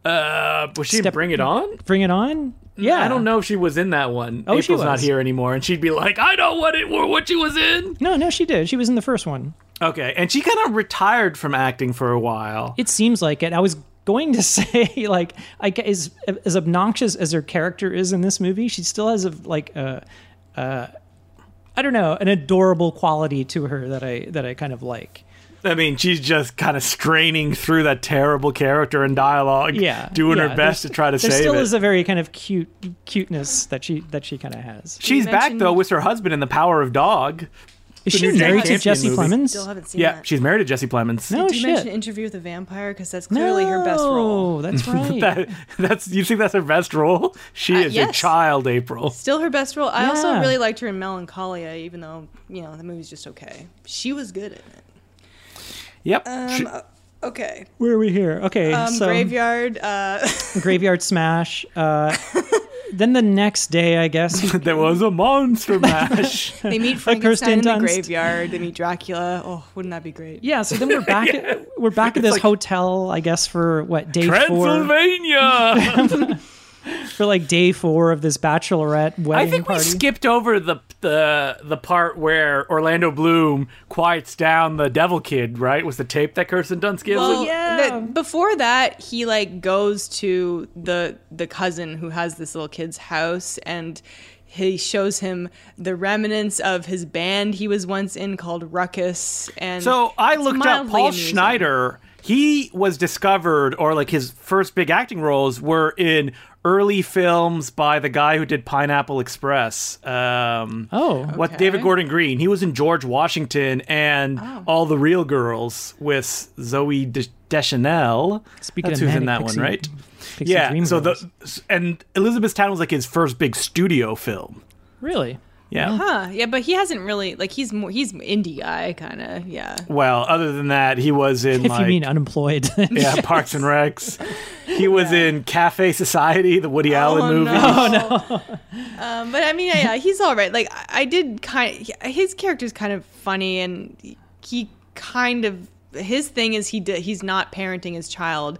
[SPEAKER 2] Uh, was she in
[SPEAKER 3] Step-
[SPEAKER 2] Bring It On?
[SPEAKER 3] bring it
[SPEAKER 1] Mm,
[SPEAKER 3] on yeah
[SPEAKER 2] I don't know if she was in that one.
[SPEAKER 3] Oh,
[SPEAKER 2] April's
[SPEAKER 3] she
[SPEAKER 2] not
[SPEAKER 3] was.
[SPEAKER 2] here anymore, and she'd be like, "I know what it what she was in."
[SPEAKER 3] no no she did she was in the first one
[SPEAKER 2] Okay, and she kind of retired from acting for a while.
[SPEAKER 3] It seems like it. I was going to [laughs] say like I gue- is as obnoxious as her character is in this movie, she still has a like a uh, I don't know, an adorable quality to her that I that I kind of like.
[SPEAKER 2] I mean, she's just kind of straining through that terrible character and dialogue,
[SPEAKER 3] Yeah.
[SPEAKER 2] doing
[SPEAKER 3] yeah,
[SPEAKER 2] her best to
[SPEAKER 3] there's-
[SPEAKER 2] try to
[SPEAKER 3] There
[SPEAKER 2] save
[SPEAKER 3] still
[SPEAKER 2] it.
[SPEAKER 3] is a very kind of cute cuteness that she that she kind of has.
[SPEAKER 2] She's
[SPEAKER 1] You
[SPEAKER 2] back though
[SPEAKER 1] mentioned-
[SPEAKER 2] with her husband in The Power of Dog.
[SPEAKER 3] Is
[SPEAKER 2] The
[SPEAKER 3] she
[SPEAKER 2] new Jane
[SPEAKER 3] married to
[SPEAKER 2] Campion
[SPEAKER 3] Jesse
[SPEAKER 2] movie.
[SPEAKER 3] Plemons?
[SPEAKER 1] Still haven't seen
[SPEAKER 2] Yeah,
[SPEAKER 1] that.
[SPEAKER 2] she's married to Jesse Plemons.
[SPEAKER 3] No
[SPEAKER 1] Did you mention
[SPEAKER 3] shit.
[SPEAKER 1] Interview with a Vampire? Because that's clearly her best role.
[SPEAKER 3] No,
[SPEAKER 1] [laughs]
[SPEAKER 3] that's right.
[SPEAKER 2] [laughs] That- that's you think that's her best role? She
[SPEAKER 1] Uh,
[SPEAKER 2] is a
[SPEAKER 1] yes.
[SPEAKER 2] child, April.
[SPEAKER 1] Still her best role. I also
[SPEAKER 3] Yeah.
[SPEAKER 1] really liked her in Melancholia, even though you know the movie's just okay. She was good in it.
[SPEAKER 2] Yep. She-
[SPEAKER 1] Um, uh, okay.
[SPEAKER 3] Where are we here? Okay,
[SPEAKER 1] Um,
[SPEAKER 3] so
[SPEAKER 1] graveyard. Uh, [laughs]
[SPEAKER 3] graveyard smash. Uh, then the next day,
[SPEAKER 1] [laughs]
[SPEAKER 3] I guess, he
[SPEAKER 2] [laughs] there was a monster mash.
[SPEAKER 1] they
[SPEAKER 3] [laughs]
[SPEAKER 1] meet Frankenstein in the
[SPEAKER 3] Kirsten Dunst.
[SPEAKER 1] graveyard. They meet Dracula. Oh, wouldn't that be great?
[SPEAKER 3] Yeah, so
[SPEAKER 2] [laughs]
[SPEAKER 3] then we're back at we're back at this
[SPEAKER 2] like-
[SPEAKER 3] hotel, I guess, for what day four?
[SPEAKER 2] Transylvania.
[SPEAKER 3] For like day four of this bachelorette
[SPEAKER 2] I
[SPEAKER 3] wedding
[SPEAKER 2] think we
[SPEAKER 3] party.
[SPEAKER 2] skipped over the the the part where Orlando Bloom quiets down the Devil Kid. Right? Was the tape that Kirsten Dunst gives?
[SPEAKER 1] Well,
[SPEAKER 2] him?
[SPEAKER 3] yeah.
[SPEAKER 1] the- before that, he like goes to the the cousin who has this little kid's house, and he shows him the remnants of his band he was once in called Ruckus. And
[SPEAKER 2] So I
[SPEAKER 1] it's
[SPEAKER 2] looked up
[SPEAKER 1] mildly
[SPEAKER 2] Paul
[SPEAKER 1] amusing.
[SPEAKER 2] Schneider. He was discovered, or like his first big acting roles were in early films by the guy who did Pineapple Express. Um,
[SPEAKER 3] Oh.
[SPEAKER 2] what
[SPEAKER 1] Okay.
[SPEAKER 2] David Gordon Green? He was in George Washington and
[SPEAKER 3] Oh.
[SPEAKER 2] All the Real Girls with Zoe De- Deschanel.
[SPEAKER 3] Speaking
[SPEAKER 2] That's
[SPEAKER 3] of
[SPEAKER 2] who's in that
[SPEAKER 3] Manic
[SPEAKER 2] one,
[SPEAKER 3] Pixie-
[SPEAKER 2] right?
[SPEAKER 3] Pixie
[SPEAKER 2] yeah.
[SPEAKER 3] Dream
[SPEAKER 2] So
[SPEAKER 3] Girls.
[SPEAKER 2] the and Elizabethtown was like his first big studio film.
[SPEAKER 3] really
[SPEAKER 2] Yeah.
[SPEAKER 3] Uh-huh.
[SPEAKER 1] Huh? Yeah, but he hasn't really like he's more he's indie guy kind of. Yeah.
[SPEAKER 2] Well, other than that, he was in
[SPEAKER 3] if
[SPEAKER 2] like
[SPEAKER 3] you
[SPEAKER 2] [laughs]
[SPEAKER 3] mean unemployed, [laughs]
[SPEAKER 2] Yeah, Parks and Recs. He was in Cafe Society, the Woody Allen movie.
[SPEAKER 1] Oh, No.
[SPEAKER 3] Oh,
[SPEAKER 1] [laughs] um, but I mean, yeah, yeah, he's all right. Like I, I did kind his character's kind of funny, and he kind of his thing is he d- he's not parenting his child.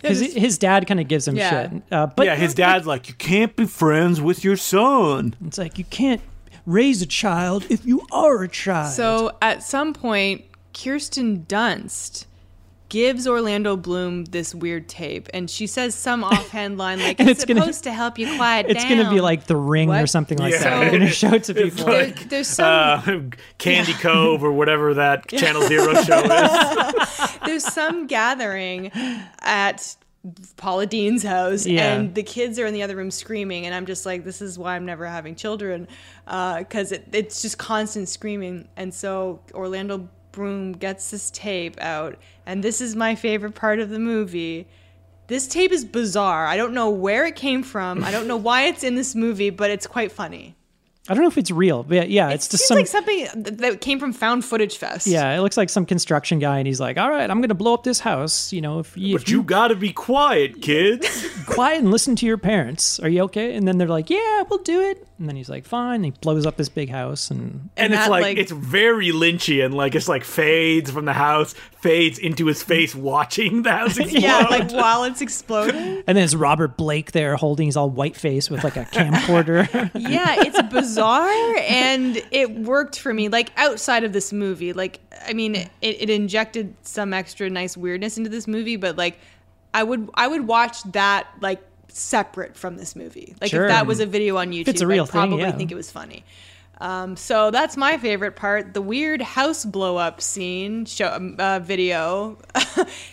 [SPEAKER 3] because his dad kind of gives him
[SPEAKER 1] Yeah.
[SPEAKER 3] shit. Uh, but
[SPEAKER 2] Yeah, his dad's like, you can't be friends with your son.
[SPEAKER 3] it's like you can't raise a child if you are a child.
[SPEAKER 1] So at some point, Kirsten Dunst gives Orlando Bloom this weird tape, and she says
[SPEAKER 3] [laughs]
[SPEAKER 1] some offhand line like,
[SPEAKER 3] And
[SPEAKER 1] "It's,
[SPEAKER 3] it's gonna-
[SPEAKER 1] supposed to help you quiet
[SPEAKER 3] it's
[SPEAKER 1] down."
[SPEAKER 3] gonna be like The Ring or
[SPEAKER 1] What?
[SPEAKER 3] something like
[SPEAKER 2] Yeah.
[SPEAKER 3] that. They're gonna show it
[SPEAKER 2] [laughs]
[SPEAKER 3] to
[SPEAKER 2] It's
[SPEAKER 3] people.
[SPEAKER 2] like-
[SPEAKER 1] There- there's some
[SPEAKER 2] Uh, [laughs] Candy Cove or whatever that Channel Zero
[SPEAKER 1] [laughs]
[SPEAKER 2] show is.
[SPEAKER 1] there's some gathering at Paula Dean's house,
[SPEAKER 3] Yeah.
[SPEAKER 1] and the kids are in the other room screaming, and I'm just like, this is why I'm never having children, because it, it's just constant screaming. And so Orlando Bloom gets this tape out, and this is my favorite part of the movie. This tape is bizarre. I don't know where it came from. I don't know why it's in this movie, but it's quite funny.
[SPEAKER 3] I don't know if it's real, but yeah, it's
[SPEAKER 1] It
[SPEAKER 3] just
[SPEAKER 1] seems
[SPEAKER 3] some
[SPEAKER 1] like something th- that came from Found Footage Fest.
[SPEAKER 3] Yeah, it looks like some construction guy, and he's like, "All right, I'm gonna blow up this house. You know, if you, if
[SPEAKER 2] But you gotta be quiet, kids.
[SPEAKER 3] you quiet and listen to your parents, are you okay?" And then they're like, "Yeah, we'll do it." And then he's like, "Fine." And he blows up this big house, and
[SPEAKER 2] And,
[SPEAKER 1] And
[SPEAKER 2] it's
[SPEAKER 1] that,
[SPEAKER 2] like,
[SPEAKER 1] like-
[SPEAKER 2] it's very Lynchian. Like, it's like fades from the house, fades into his face watching the house
[SPEAKER 1] [laughs]
[SPEAKER 2] explode.
[SPEAKER 1] Yeah, like while it's exploding.
[SPEAKER 3] and then it's Robert Blake there holding, he's all white faced with like a camcorder. [laughs]
[SPEAKER 1] yeah, it's bizarre and it worked for me. Like outside of this movie, like I mean, it, it injected some extra nice weirdness into this movie, but like I would I would watch that like separate from this movie. Like
[SPEAKER 3] Sure.
[SPEAKER 1] if that was a video on YouTube,
[SPEAKER 3] it's a real
[SPEAKER 1] I'd
[SPEAKER 3] thing,
[SPEAKER 1] probably
[SPEAKER 3] yeah.
[SPEAKER 1] think it was funny. Um, so that's my favorite part the weird house blow up scene show, uh, video. [laughs]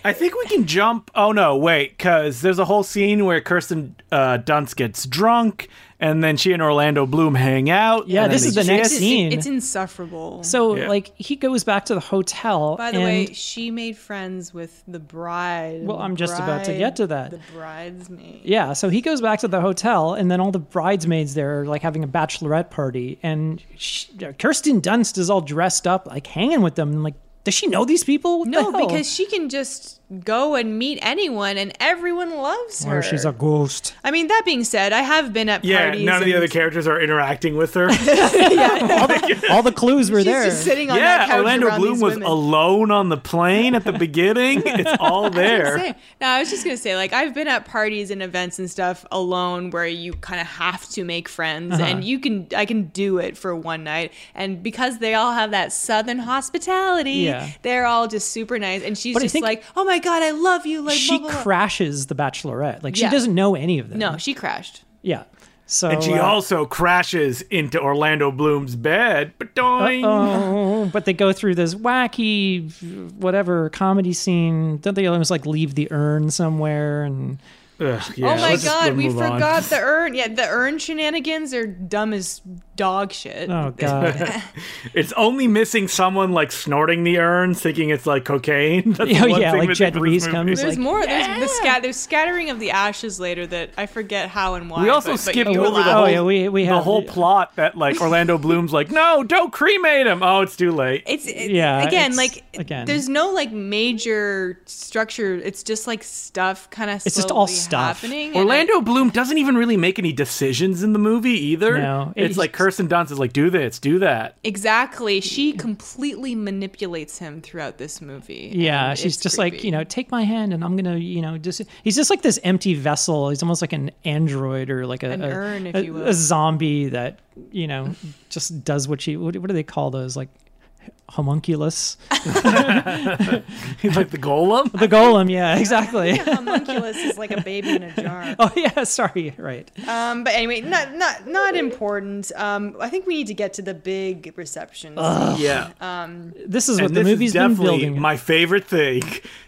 [SPEAKER 2] I think we can jump. Oh no, wait, because there's a whole scene where Kirsten uh, Dunst gets drunk, and then she and Orlando Bloom hang out.
[SPEAKER 3] Yeah,
[SPEAKER 2] and then
[SPEAKER 3] this is
[SPEAKER 2] they
[SPEAKER 3] the next
[SPEAKER 2] kiss.
[SPEAKER 3] scene.
[SPEAKER 1] It's insufferable.
[SPEAKER 3] So
[SPEAKER 2] Yeah.
[SPEAKER 3] like he goes back to the hotel.
[SPEAKER 1] By the
[SPEAKER 3] and,
[SPEAKER 1] way, she made friends with the bride. and
[SPEAKER 3] Well,
[SPEAKER 1] the
[SPEAKER 3] I'm just about to
[SPEAKER 1] bride-
[SPEAKER 3] get to that.
[SPEAKER 1] The
[SPEAKER 3] [laughs]
[SPEAKER 1] bridesmaid.
[SPEAKER 3] yeah, so he goes back to the hotel, and then all the bridesmaids there are like having a bachelorette party, and sh uh, Kirsten Dunst is all dressed up, like hanging with them. And, like, does she know these people? What the
[SPEAKER 1] No,
[SPEAKER 3] hell?
[SPEAKER 1] because she can just go and meet anyone, and everyone loves her.
[SPEAKER 3] or she's a ghost.
[SPEAKER 1] I mean, that being said, I have been at
[SPEAKER 2] Yeah,
[SPEAKER 1] parties.
[SPEAKER 2] none of the
[SPEAKER 1] and
[SPEAKER 2] other characters are interacting with
[SPEAKER 3] [laughs]
[SPEAKER 2] her.
[SPEAKER 3] All the clues were
[SPEAKER 1] She's
[SPEAKER 3] there.
[SPEAKER 1] just sitting on that
[SPEAKER 2] yeah,
[SPEAKER 1] couch
[SPEAKER 2] Orlando
[SPEAKER 1] around
[SPEAKER 2] Bloom
[SPEAKER 1] these
[SPEAKER 2] was
[SPEAKER 1] women.
[SPEAKER 2] alone on the plane
[SPEAKER 3] [laughs]
[SPEAKER 2] at the beginning. It's all
[SPEAKER 1] [laughs]
[SPEAKER 2] there.
[SPEAKER 1] Same. No, I was just gonna say, like, I've been at parties and events and stuff alone where you kind of have to make friends,
[SPEAKER 2] Uh-huh.
[SPEAKER 1] and you can, I can do it for one night, and because they all have that southern hospitality,
[SPEAKER 3] Yeah.
[SPEAKER 1] they're all just super nice, and she's
[SPEAKER 3] But I
[SPEAKER 1] just
[SPEAKER 3] think-
[SPEAKER 1] like, "Oh my god, I love you!" Like,
[SPEAKER 3] she
[SPEAKER 1] blah, blah, blah.
[SPEAKER 3] crashes the bachelorette. Like
[SPEAKER 1] Yeah.
[SPEAKER 3] she doesn't know any of them.
[SPEAKER 1] No, she crashed.
[SPEAKER 3] Yeah. So
[SPEAKER 2] And she
[SPEAKER 3] uh,
[SPEAKER 2] also crashes into Orlando Bloom's bed. Ba-doing.
[SPEAKER 3] Oh, but they go through this wacky, whatever comedy scene. Don't they almost like leave the urn somewhere? And
[SPEAKER 2] Ugh, yeah,
[SPEAKER 1] oh my
[SPEAKER 2] let's just
[SPEAKER 1] god, we
[SPEAKER 2] move on.
[SPEAKER 1] forgot
[SPEAKER 2] [laughs]
[SPEAKER 1] the urn. Yeah, the urn shenanigans are dumb as dog shit. [laughs]
[SPEAKER 3] oh god,
[SPEAKER 2] It's only missing someone like snorting the urn, thinking it's like cocaine. [laughs] That's the
[SPEAKER 3] [laughs] Oh,
[SPEAKER 2] one
[SPEAKER 3] yeah,
[SPEAKER 2] thing
[SPEAKER 3] like
[SPEAKER 2] missing
[SPEAKER 3] Jed
[SPEAKER 2] from this
[SPEAKER 3] Reese
[SPEAKER 2] movie.
[SPEAKER 3] comes,
[SPEAKER 1] There's
[SPEAKER 3] like,
[SPEAKER 1] more. There's the scat. There's scattering of the ashes later that I forget how and why.
[SPEAKER 2] We also
[SPEAKER 1] but- but
[SPEAKER 2] skipped
[SPEAKER 1] you
[SPEAKER 2] over the
[SPEAKER 1] allow-
[SPEAKER 2] whole,
[SPEAKER 3] Oh, yeah, we- we
[SPEAKER 2] the
[SPEAKER 3] have-
[SPEAKER 2] whole
[SPEAKER 3] yeah.
[SPEAKER 2] plot that
[SPEAKER 3] [laughs]
[SPEAKER 2] like Orlando Bloom's like, no, don't cremate him. Oh, it's too late.
[SPEAKER 1] It's it,
[SPEAKER 3] Yeah,
[SPEAKER 1] Again,
[SPEAKER 3] it's-
[SPEAKER 1] like
[SPEAKER 3] again.
[SPEAKER 1] there's no like major structure. It's just like stuff kind of.
[SPEAKER 3] It's just all stuff.
[SPEAKER 1] happening. and
[SPEAKER 2] Orlando Bloom doesn't even really make any decisions in the movie either.
[SPEAKER 3] No,
[SPEAKER 2] it's
[SPEAKER 3] it-
[SPEAKER 2] like Kirsten Dunst is like, do this, do that. [laughs]
[SPEAKER 1] I- exactly. She completely manipulates him throughout this movie.
[SPEAKER 3] yeah,
[SPEAKER 1] and
[SPEAKER 3] she's
[SPEAKER 1] it's
[SPEAKER 3] just like
[SPEAKER 1] creepy.
[SPEAKER 3] you know, take my hand, and I'm gonna you know, just he's just like this empty vessel. He's almost like an android or like a
[SPEAKER 1] An
[SPEAKER 3] a,
[SPEAKER 1] urn, if
[SPEAKER 3] a-
[SPEAKER 1] you will.
[SPEAKER 3] a zombie that you know just does what she. What, what do they call those? Like homunculus,
[SPEAKER 2] He's like the
[SPEAKER 1] [laughs]
[SPEAKER 2] golem.
[SPEAKER 3] [laughs] the golem. Yeah, exactly.
[SPEAKER 1] Homunculus is like a baby in a
[SPEAKER 3] [laughs]
[SPEAKER 1] jar.
[SPEAKER 3] oh yeah, sorry. Right.
[SPEAKER 1] Um, but anyway, not not not important. Um, I think we need to get to the big reception.
[SPEAKER 2] yeah.
[SPEAKER 3] This is what
[SPEAKER 2] and
[SPEAKER 3] Oh, the
[SPEAKER 2] this
[SPEAKER 3] movie's
[SPEAKER 2] is
[SPEAKER 3] been
[SPEAKER 2] definitely
[SPEAKER 3] building. Oh.
[SPEAKER 2] my favorite thing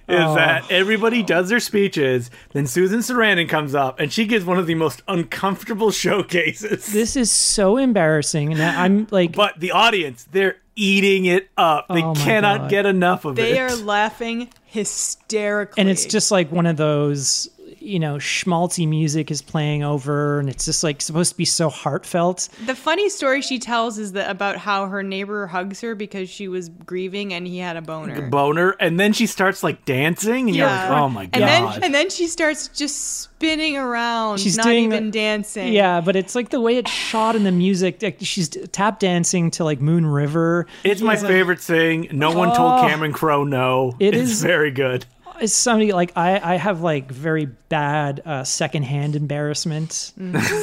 [SPEAKER 2] is that everybody does their speeches then susan sarandon comes up and she gives one of the most uncomfortable [laughs] showcases
[SPEAKER 3] this is so embarrassing, and I'm like,
[SPEAKER 2] but the audience they're eating it up they
[SPEAKER 3] Oh my
[SPEAKER 2] cannot
[SPEAKER 3] God.
[SPEAKER 2] get enough of
[SPEAKER 1] They
[SPEAKER 2] it
[SPEAKER 1] are laughing hysterically.
[SPEAKER 3] and it's just like one of those you know schmaltzy music is playing over and it's just like supposed to be so heartfelt
[SPEAKER 1] the funny story she tells is that about how her neighbor hugs her because she was grieving and he had a boner.
[SPEAKER 2] boner and then she starts like dancing and you're like oh my god
[SPEAKER 1] And then and then she starts just spinning around,
[SPEAKER 3] She's
[SPEAKER 1] not
[SPEAKER 3] doing
[SPEAKER 1] even
[SPEAKER 3] the-
[SPEAKER 1] dancing.
[SPEAKER 3] yeah but it's like the way it's shot in the music like she's tap dancing to like moon river
[SPEAKER 2] it's my favorite thing no one told
[SPEAKER 3] Oh.
[SPEAKER 2] cameron crowe no
[SPEAKER 3] It
[SPEAKER 2] it's
[SPEAKER 3] is-
[SPEAKER 2] very good
[SPEAKER 3] it's somebody like i i have like very bad uh secondhand embarrassment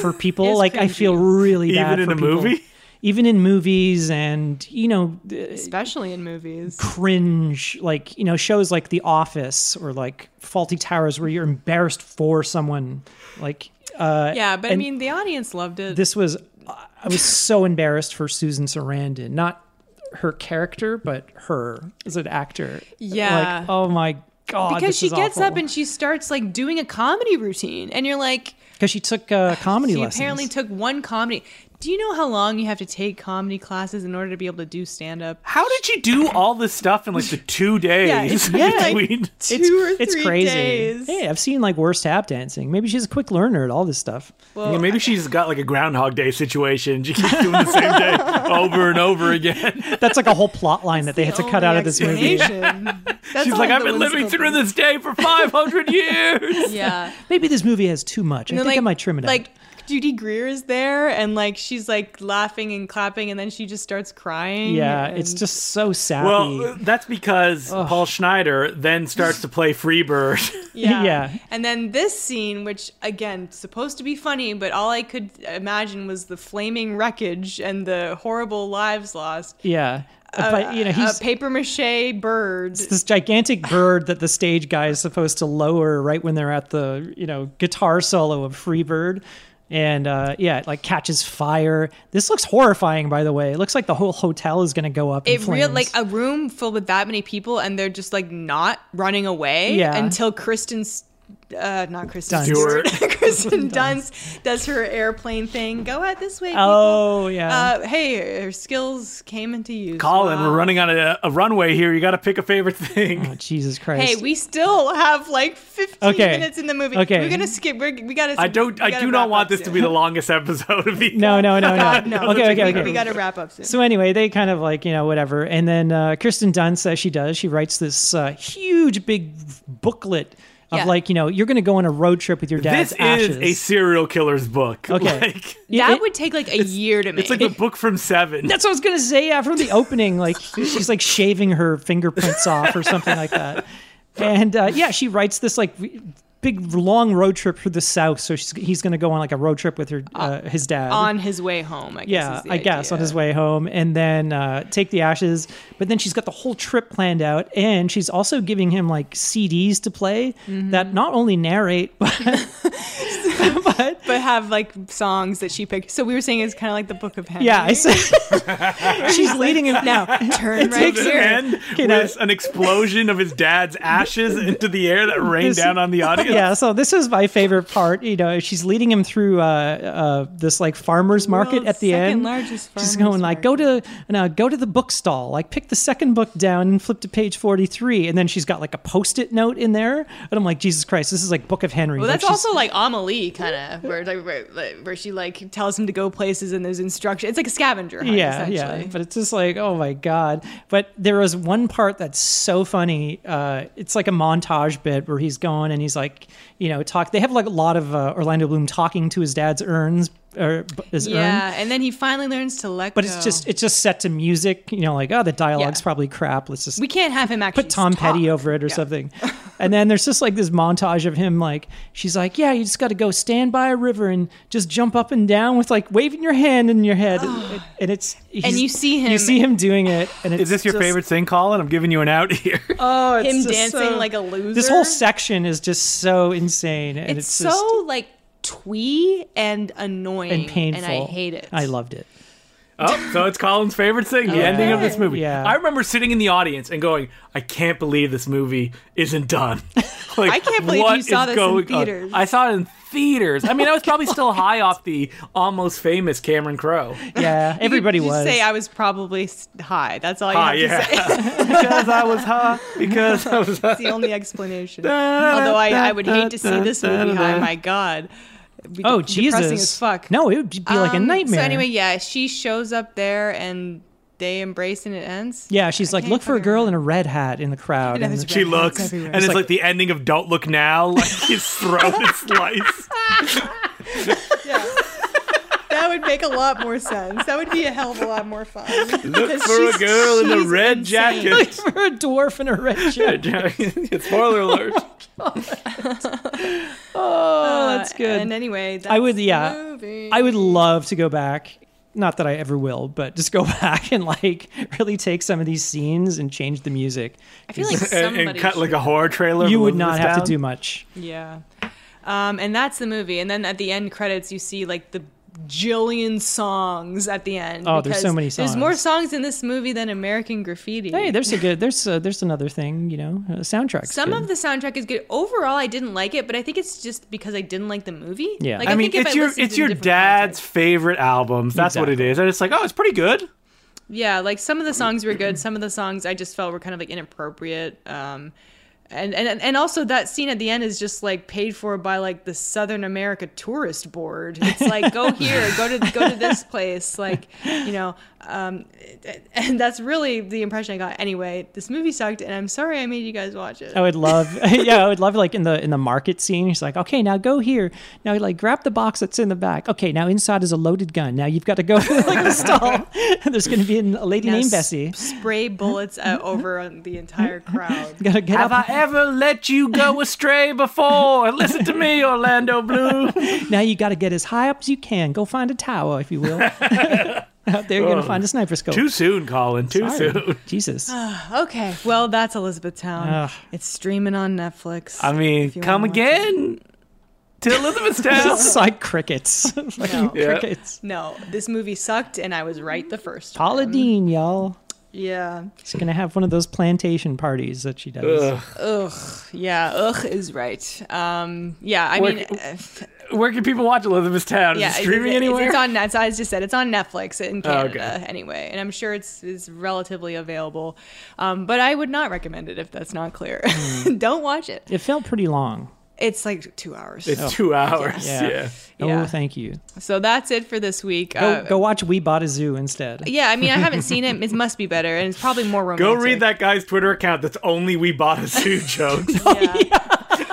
[SPEAKER 3] for people
[SPEAKER 1] It's
[SPEAKER 3] like i feel really
[SPEAKER 2] Even
[SPEAKER 3] bad
[SPEAKER 2] in
[SPEAKER 3] for
[SPEAKER 2] a
[SPEAKER 3] people.
[SPEAKER 2] movie?
[SPEAKER 3] even in movies and you know uh,
[SPEAKER 1] Especially in movies.
[SPEAKER 3] cringe like you know shows like the office or like faulty towers where you're embarrassed for someone like uh
[SPEAKER 1] Yeah, but I
[SPEAKER 3] and
[SPEAKER 1] mean the audience loved it.
[SPEAKER 3] this was i was so embarrassed for susan sarandon not her character but her as an actor
[SPEAKER 1] Yeah.
[SPEAKER 3] like oh my god
[SPEAKER 1] because she gets up and she starts like doing a comedy routine and you're like
[SPEAKER 3] because she took uh comedy
[SPEAKER 1] she
[SPEAKER 3] lessons
[SPEAKER 1] apparently took one comedy. Do you know how long you have to take comedy classes in order to be able to do stand up?
[SPEAKER 2] how did she do all this stuff in like the
[SPEAKER 1] [laughs]
[SPEAKER 2] two days [laughs]
[SPEAKER 1] it's-
[SPEAKER 3] yeah, like-
[SPEAKER 2] between
[SPEAKER 3] it's,
[SPEAKER 1] Two or
[SPEAKER 3] it's
[SPEAKER 1] three
[SPEAKER 3] crazy
[SPEAKER 1] days.
[SPEAKER 3] hey i've seen like worse tap dancing maybe she's a quick learner at all this stuff
[SPEAKER 2] yeah, maybe she's got like a Groundhog Day situation. She keeps doing the same [laughs] day over and over again.
[SPEAKER 3] that's like a whole plot line that they had to cut out of this movie [laughs]
[SPEAKER 1] That's
[SPEAKER 2] [laughs] Oh She's
[SPEAKER 1] all
[SPEAKER 2] like, I've
[SPEAKER 1] Oh, the
[SPEAKER 2] been
[SPEAKER 1] ones
[SPEAKER 2] living
[SPEAKER 1] that-
[SPEAKER 2] through this day
[SPEAKER 1] [laughs]
[SPEAKER 2] for 500 years.
[SPEAKER 1] Yeah.
[SPEAKER 3] Maybe this movie has too much. I
[SPEAKER 1] And
[SPEAKER 3] think
[SPEAKER 1] then,
[SPEAKER 3] I might trim it
[SPEAKER 1] Like
[SPEAKER 3] out.
[SPEAKER 1] Judy Greer is there, and like she's like laughing and clapping, and then she just starts crying.
[SPEAKER 3] Yeah,
[SPEAKER 1] and-
[SPEAKER 3] it's just [laughs] so sappy.
[SPEAKER 2] Well, that's because Paul Schneider then starts to play Freebird.
[SPEAKER 1] [laughs] yeah.
[SPEAKER 3] yeah.
[SPEAKER 1] And then this scene, which again supposed to be funny, but all I could imagine was the flaming wreckage and the horrible lives lost.
[SPEAKER 3] yeah,
[SPEAKER 1] uh,
[SPEAKER 3] but you know he's
[SPEAKER 1] a paper mache bird.
[SPEAKER 3] this gigantic bird that the stage guy is supposed to lower right when they're at the you know guitar solo of Free Bird. and uh, yeah, it like catches fire. This looks horrifying, by the way. It looks like the whole hotel is going to go up. in
[SPEAKER 1] It real
[SPEAKER 3] flames.
[SPEAKER 1] like uh, a room filled with that many people, and they're just like not running away
[SPEAKER 3] Yeah.
[SPEAKER 1] until Kristen's. Uh, not Kristen
[SPEAKER 3] Dunst.
[SPEAKER 1] Stewart. [laughs]
[SPEAKER 3] [laughs]
[SPEAKER 1] Kristen Dunst does her airplane thing. Go out this way. people.
[SPEAKER 3] Oh, yeah.
[SPEAKER 1] Uh, hey, her skills came into use.
[SPEAKER 2] Colin,
[SPEAKER 1] Wow.
[SPEAKER 2] we're running on a, a runway here. You got to pick a favorite thing.
[SPEAKER 3] Oh, Jesus Christ.
[SPEAKER 1] Hey, we still have like 15
[SPEAKER 3] Okay.
[SPEAKER 1] minutes in the movie.
[SPEAKER 3] Okay.
[SPEAKER 1] We're gonna skip. We're, we gotta.
[SPEAKER 2] I don't.
[SPEAKER 1] we
[SPEAKER 2] I
[SPEAKER 1] gotta
[SPEAKER 2] do not
[SPEAKER 1] wrap
[SPEAKER 2] want
[SPEAKER 1] up
[SPEAKER 2] this to
[SPEAKER 1] soon.
[SPEAKER 2] be the longest episode [laughs] of the.
[SPEAKER 3] no,
[SPEAKER 1] [laughs]
[SPEAKER 3] no, no, no.
[SPEAKER 1] God, no.
[SPEAKER 3] Okay, okay,
[SPEAKER 1] we,
[SPEAKER 3] okay.
[SPEAKER 1] We gotta wrap up soon.
[SPEAKER 3] So anyway, they kind of like you know whatever, and then uh, Kristen Dunst, as she does, she writes this uh, huge big booklet of
[SPEAKER 1] Yeah.
[SPEAKER 3] like you know you're going to go on a road trip with your dad's
[SPEAKER 2] This is
[SPEAKER 3] ashes.
[SPEAKER 2] a serial killer's book.
[SPEAKER 3] Okay.
[SPEAKER 2] [laughs] Like,
[SPEAKER 3] Yeah,
[SPEAKER 1] that
[SPEAKER 3] it-
[SPEAKER 1] would take like a year to make.
[SPEAKER 2] it's like the book from Seven.
[SPEAKER 3] That's what I was gonna say. Yeah, from the opening, like she's like shaving her fingerprints off or something like that. And uh, yeah, she writes this like w- big long road trip through the South. So she's, he's gonna go on like a road trip with her uh, his dad.
[SPEAKER 1] on his way home. I guess
[SPEAKER 3] yeah,
[SPEAKER 1] is the
[SPEAKER 3] I guess on
[SPEAKER 1] idea.
[SPEAKER 3] his way home, and then uh, take the ashes. But then she's got the whole trip planned out, and she's also giving him like CDs to play
[SPEAKER 1] Mm-hmm.
[SPEAKER 3] that not only narrate, but but
[SPEAKER 1] but have like songs that she picked. So we were saying it's kind of like the Book of Henry.
[SPEAKER 3] yeah, I said
[SPEAKER 1] [laughs]
[SPEAKER 3] she's leading him [laughs] now.
[SPEAKER 1] turn right
[SPEAKER 3] takes
[SPEAKER 2] Does
[SPEAKER 3] an
[SPEAKER 2] it
[SPEAKER 1] here.
[SPEAKER 2] end
[SPEAKER 3] Okay, now-
[SPEAKER 2] with an explosion of his dad's ashes into the air that rained
[SPEAKER 3] This-
[SPEAKER 2] down [laughs] on the audience?
[SPEAKER 3] yeah so this is my favorite part you know she's leading him through uh, uh, this like farmers market
[SPEAKER 1] World's
[SPEAKER 3] at the
[SPEAKER 1] second
[SPEAKER 3] end
[SPEAKER 1] largest
[SPEAKER 3] she's
[SPEAKER 1] farmers
[SPEAKER 3] going like go to no, go to the book stall like pick the second book down and flip to page 43 and then she's got like a post-it note in there and i'm like jesus christ this is like book of henry
[SPEAKER 1] Well,
[SPEAKER 3] Like,
[SPEAKER 1] that's
[SPEAKER 3] she's-
[SPEAKER 1] also like Amelie kind of where, like, where like, where she like tells him to go places and there's instruction. It's like a scavenger hunt.
[SPEAKER 3] yeah, yeah,
[SPEAKER 1] essentially.
[SPEAKER 3] but it's just like, oh my god! But there was one part that's so funny. Uh, it's like a montage bit where he's going and he's like, you know, talk. They have like a lot of uh, Orlando Bloom talking to his dad's urns or b- his urn.
[SPEAKER 1] yeah. And then he finally learns to let
[SPEAKER 3] but
[SPEAKER 1] go.
[SPEAKER 3] it's just it's just set to music you know like oh the dialogue's
[SPEAKER 1] Yeah.
[SPEAKER 3] probably crap let's just
[SPEAKER 1] we can't have him actually
[SPEAKER 3] put tom petty
[SPEAKER 1] talk.
[SPEAKER 3] over it or
[SPEAKER 1] Yeah.
[SPEAKER 3] [laughs] something and then there's just like this montage of him like she's like yeah you just got to go stand by a river and just jump up and down with like waving your hand in your [gasps] head and, and it's he's-
[SPEAKER 1] you see
[SPEAKER 3] you
[SPEAKER 1] him-
[SPEAKER 3] see him doing it and it's
[SPEAKER 2] Is this your
[SPEAKER 3] just-
[SPEAKER 2] favorite thing, Colin? I'm giving you an out here.
[SPEAKER 3] oh it's
[SPEAKER 1] Him
[SPEAKER 3] just
[SPEAKER 1] dancing
[SPEAKER 3] so-
[SPEAKER 1] like a loser.
[SPEAKER 3] this whole section is just so insane and
[SPEAKER 1] It's, so
[SPEAKER 3] it's, just
[SPEAKER 1] like twee and annoying
[SPEAKER 3] and painful
[SPEAKER 1] I hate it.
[SPEAKER 3] i loved it
[SPEAKER 2] Oh, so it's Colin's favorite thing, the ending of this movie.
[SPEAKER 3] Yeah.
[SPEAKER 2] I remember sitting in the audience and going, I can't believe this movie isn't done.
[SPEAKER 1] [laughs]
[SPEAKER 2] Like,
[SPEAKER 1] I can't believe
[SPEAKER 2] what
[SPEAKER 1] you saw
[SPEAKER 2] is
[SPEAKER 1] this in
[SPEAKER 2] going on?
[SPEAKER 1] theaters.
[SPEAKER 2] I saw it in theaters. I mean, I was
[SPEAKER 1] [laughs]
[SPEAKER 2] probably still high off the almost famous Cameron Crowe.
[SPEAKER 3] [laughs] yeah
[SPEAKER 1] You could
[SPEAKER 3] everybody
[SPEAKER 1] just
[SPEAKER 3] was
[SPEAKER 1] say I was probably s- high. That's all you
[SPEAKER 2] Ah,
[SPEAKER 1] have to say. [laughs]
[SPEAKER 2] yeah. because I was high. Because I was high.
[SPEAKER 1] That's the only
[SPEAKER 3] [laughs]
[SPEAKER 1] explanation. Although I, I would hate to see this movie high. My God. It'd be
[SPEAKER 3] oh
[SPEAKER 1] de-
[SPEAKER 3] jesus
[SPEAKER 1] Depressing as fuck.
[SPEAKER 3] no it would be like a
[SPEAKER 1] Um,
[SPEAKER 3] nightmare
[SPEAKER 1] So anyway, yeah, she shows up there and they embrace and it ends.
[SPEAKER 3] Yeah, she's like,
[SPEAKER 1] can't
[SPEAKER 3] look for a
[SPEAKER 1] fucking
[SPEAKER 3] girl in a red hat in the [laughs] crowd.
[SPEAKER 1] Yeah,
[SPEAKER 3] And
[SPEAKER 1] there's a
[SPEAKER 2] She
[SPEAKER 1] red hat.
[SPEAKER 2] looks,
[SPEAKER 1] It's everywhere.
[SPEAKER 2] and it's like, the ending of Don't Look Now, like
[SPEAKER 1] [laughs]
[SPEAKER 2] his throat is sliced.
[SPEAKER 1] That would make a lot more sense. That would be a hell of a lot more fun.
[SPEAKER 2] Look
[SPEAKER 1] for a she's- girl in a she's red insane. jacket.
[SPEAKER 2] [laughs]
[SPEAKER 3] for a dwarf in a [laughs] red shirt.
[SPEAKER 2] Spoiler alert.
[SPEAKER 3] [laughs] Oh, that's good.
[SPEAKER 1] Uh, And anyway, that's
[SPEAKER 3] I would, yeah,
[SPEAKER 1] the movie.
[SPEAKER 3] I would love to go back. Not that I ever will, but just go [laughs] back and like really take some of these scenes and change the music.
[SPEAKER 1] I feel like [laughs]
[SPEAKER 2] And,
[SPEAKER 1] somebody.
[SPEAKER 2] cut like a horror trailer.
[SPEAKER 3] You
[SPEAKER 2] of
[SPEAKER 3] would not have to
[SPEAKER 2] Elizabethtown.
[SPEAKER 3] do much.
[SPEAKER 1] yeah. Um, and that's the movie. And then at the end credits, you see like the jillion songs at the end.
[SPEAKER 3] Oh, there's so
[SPEAKER 1] because
[SPEAKER 3] many
[SPEAKER 1] There's more
[SPEAKER 3] songs.
[SPEAKER 1] songs in this movie than American Graffiti.
[SPEAKER 3] Hey, there's a good. There's a, there's another thing. You know, Uh, a soundtrack.
[SPEAKER 1] Some of the soundtrack is good. Overall, I didn't like it, but I think it's just because I didn't like the movie.
[SPEAKER 3] Yeah.
[SPEAKER 1] like,
[SPEAKER 2] I, mean,
[SPEAKER 1] think if
[SPEAKER 2] it's
[SPEAKER 1] I
[SPEAKER 2] your
[SPEAKER 1] listened
[SPEAKER 2] it's
[SPEAKER 1] in
[SPEAKER 2] your
[SPEAKER 1] different
[SPEAKER 2] dad's
[SPEAKER 1] context-
[SPEAKER 2] favorite albums. That's what
[SPEAKER 3] Exactly.
[SPEAKER 2] it is. And it's like, oh, it's pretty good.
[SPEAKER 1] Yeah, like some of the songs were good. Some of the songs I just felt were kind of like inappropriate. Um, and and and also that scene at the end is just like paid for by like the Southern America Tourist Board. It's like go here, go to go to this place, like you know. Um, and that's really the impression I got. Anyway, this movie sucked, and I'm sorry I made you guys watch it.
[SPEAKER 3] I would love, [laughs] yeah, I would love like in the in the market scene. He's like, okay, now go here. Now like grab the box that's in the back. Okay, now inside is a loaded gun. Now you've got to go [laughs] to like the stall. [laughs] There's going to be an- a lady
[SPEAKER 1] Now
[SPEAKER 3] named
[SPEAKER 1] s-
[SPEAKER 3] Bessie.
[SPEAKER 1] Spray bullets uh, over the entire crowd.
[SPEAKER 3] Got to get
[SPEAKER 2] Have
[SPEAKER 3] up.
[SPEAKER 2] I ever let you go astray before? Listen to me, Orlando Blue.
[SPEAKER 3] now you got to get as high up as you can. Go find a tower, if
[SPEAKER 2] [laughs]
[SPEAKER 3] you will. Out there, you're going to find a sniper scope.
[SPEAKER 2] Oh. Too soon, Colin. Too
[SPEAKER 3] Sorry.
[SPEAKER 2] soon. [laughs]
[SPEAKER 3] Jesus.
[SPEAKER 1] Okay, well that's Elizabethtown.
[SPEAKER 3] Ugh.
[SPEAKER 1] It's streaming on Netflix.
[SPEAKER 2] I mean,
[SPEAKER 1] If you
[SPEAKER 2] come
[SPEAKER 1] wanna watch it.
[SPEAKER 2] again. to
[SPEAKER 3] [laughs]
[SPEAKER 2] Elizabethtown.
[SPEAKER 3] it's like crickets. [laughs] like
[SPEAKER 1] No.
[SPEAKER 2] Yeah.
[SPEAKER 3] crickets.
[SPEAKER 1] No, this movie sucked, and I was right the first. time.
[SPEAKER 3] Paula Dean, y'all.
[SPEAKER 1] Yeah.
[SPEAKER 3] She's gonna have one of those plantation parties that she does.
[SPEAKER 2] Ugh.
[SPEAKER 1] Ugh. Yeah. Ugh is right. Um. Yeah. I
[SPEAKER 2] Where-
[SPEAKER 1] mean, uh,
[SPEAKER 2] Where can people watch Elizabethtown?
[SPEAKER 1] yeah.
[SPEAKER 2] Is
[SPEAKER 1] it's-
[SPEAKER 2] it streaming
[SPEAKER 1] it's,
[SPEAKER 2] anywhere?
[SPEAKER 1] It's on. As I just said, it's on Netflix in
[SPEAKER 2] Oh,
[SPEAKER 1] Canada
[SPEAKER 2] okay.
[SPEAKER 1] anyway, and I'm sure it's is relatively available. Um. But I would not recommend it if that's not clear.
[SPEAKER 2] Hmm.
[SPEAKER 1] [laughs] Don't watch it.
[SPEAKER 3] It felt pretty
[SPEAKER 2] [laughs]
[SPEAKER 3] long.
[SPEAKER 1] It's like two hours.
[SPEAKER 2] It's two hours.
[SPEAKER 3] Yeah.
[SPEAKER 2] Yeah.
[SPEAKER 1] Yeah.
[SPEAKER 3] Oh, thank you.
[SPEAKER 1] so that's it for this week.
[SPEAKER 3] Go,
[SPEAKER 1] uh,
[SPEAKER 3] go watch We Bought a Zoo instead.
[SPEAKER 1] Yeah, I mean, I haven't seen it. It must be better, and it's probably more romantic.
[SPEAKER 2] Go read that guy's Twitter account. That's only we bought a zoo jokes. [laughs]
[SPEAKER 1] Yeah.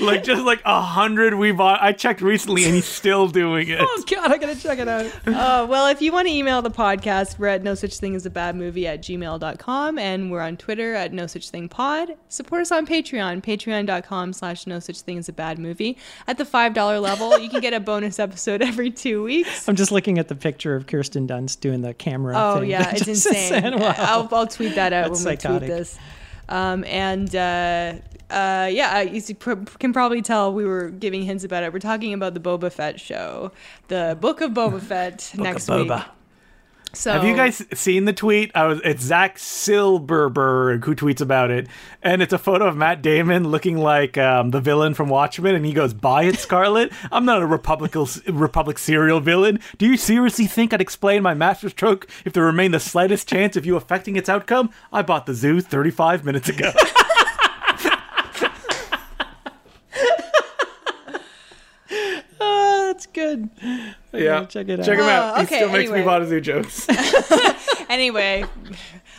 [SPEAKER 2] like just like a hundred we bought. I checked recently, and he's still doing it.
[SPEAKER 3] [laughs] Oh God, I gotta check it out.
[SPEAKER 1] Uh, well, if you want to email the podcast, we're at no such thing as a bad movie at gmail.com and we're on Twitter at no such thing pod. Support us on Patreon, patreon.com slash no such thing as a bad movie. At the $5 level, you can get a bonus episode every two weeks.
[SPEAKER 3] I'm just looking at the picture of Kirsten Dunst doing the camera.
[SPEAKER 1] Oh,
[SPEAKER 3] thing. [laughs]
[SPEAKER 1] yeah, it's
[SPEAKER 3] Just
[SPEAKER 1] insane.
[SPEAKER 3] wow.
[SPEAKER 1] I'll, I'll tweet that out
[SPEAKER 3] That's
[SPEAKER 1] when we
[SPEAKER 3] psychotic.
[SPEAKER 1] tweet this. Um, and uh, uh, yeah, you see- pr- can probably tell we were giving hints about it. We're talking about the Boba Fett show, the Book of Boba Fett next week. So
[SPEAKER 2] Have you guys seen the tweet? I was it's Zach Silberberg who tweets about it, and it's a photo of Matt Damon looking like um, the villain from Watchmen, and he goes, "Buy it, Scarlet. [laughs] I'm not a Republican Republic serial villain. Do you seriously think I'd explain my masterstroke if there remained the slightest chance of you affecting its outcome? I bought the zoo 35 minutes ago."
[SPEAKER 3] Oh, that's good. Yeah, check it out.
[SPEAKER 2] Check him out.
[SPEAKER 1] Oh,
[SPEAKER 2] he
[SPEAKER 1] okay,
[SPEAKER 2] still makes me
[SPEAKER 1] anyway.
[SPEAKER 2] buy the zoo jokes.
[SPEAKER 1] Anyway,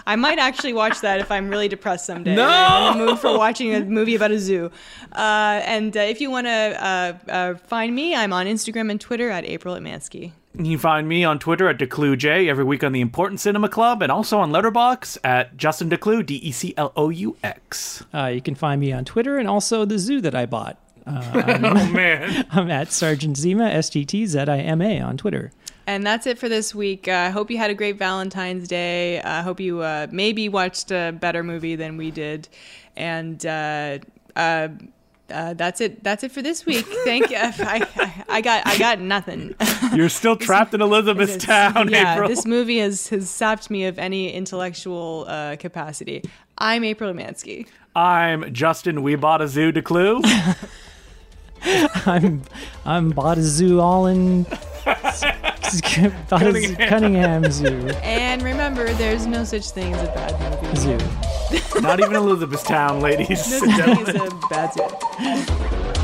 [SPEAKER 1] I might actually watch that if I'm really depressed someday.
[SPEAKER 2] No!
[SPEAKER 1] I'm in the mood for watching a movie about a zoo. Uh, and uh, if you want to uh, uh, find me, I'm on Instagram and Twitter at April at Mansky.
[SPEAKER 2] You can find me on Twitter at DeClueJ every week on the Important Cinema Club and also on Letterbox at Justin DeClue, D E C L O U X.
[SPEAKER 3] Uh, you can find me on Twitter and also the zoo that I bought. Uh,
[SPEAKER 2] Oh, man.
[SPEAKER 3] [laughs] I'm at Sergeant Zima, S G T Z I M A on Twitter.
[SPEAKER 1] And that's it for this week. Uh, I hope you had a great Valentine's Day. I hope you uh, maybe watched a better movie than we did. And uh, uh, uh, that's it. That's it for this week. Thank you. [laughs] I, I, I got I got nothing.
[SPEAKER 2] [laughs]
[SPEAKER 1] [laughs]
[SPEAKER 2] You're still trapped in
[SPEAKER 1] This-
[SPEAKER 2] Elizabethtown,
[SPEAKER 1] yeah,
[SPEAKER 2] April.
[SPEAKER 1] this movie has, has sapped me of any intellectual uh, capacity. I'm April Mansky.
[SPEAKER 2] I'm Justin We Bought a Zoo DeClue.
[SPEAKER 3] I'm I'm bought a zoo all in bought a zoo- Cunningham Zoo.
[SPEAKER 1] And remember, there's no such thing as a bad
[SPEAKER 3] [laughs]
[SPEAKER 1] movie.
[SPEAKER 3] Zoo.
[SPEAKER 2] Not even Elizabethtown, ladies.
[SPEAKER 1] No such thing as a bad movie.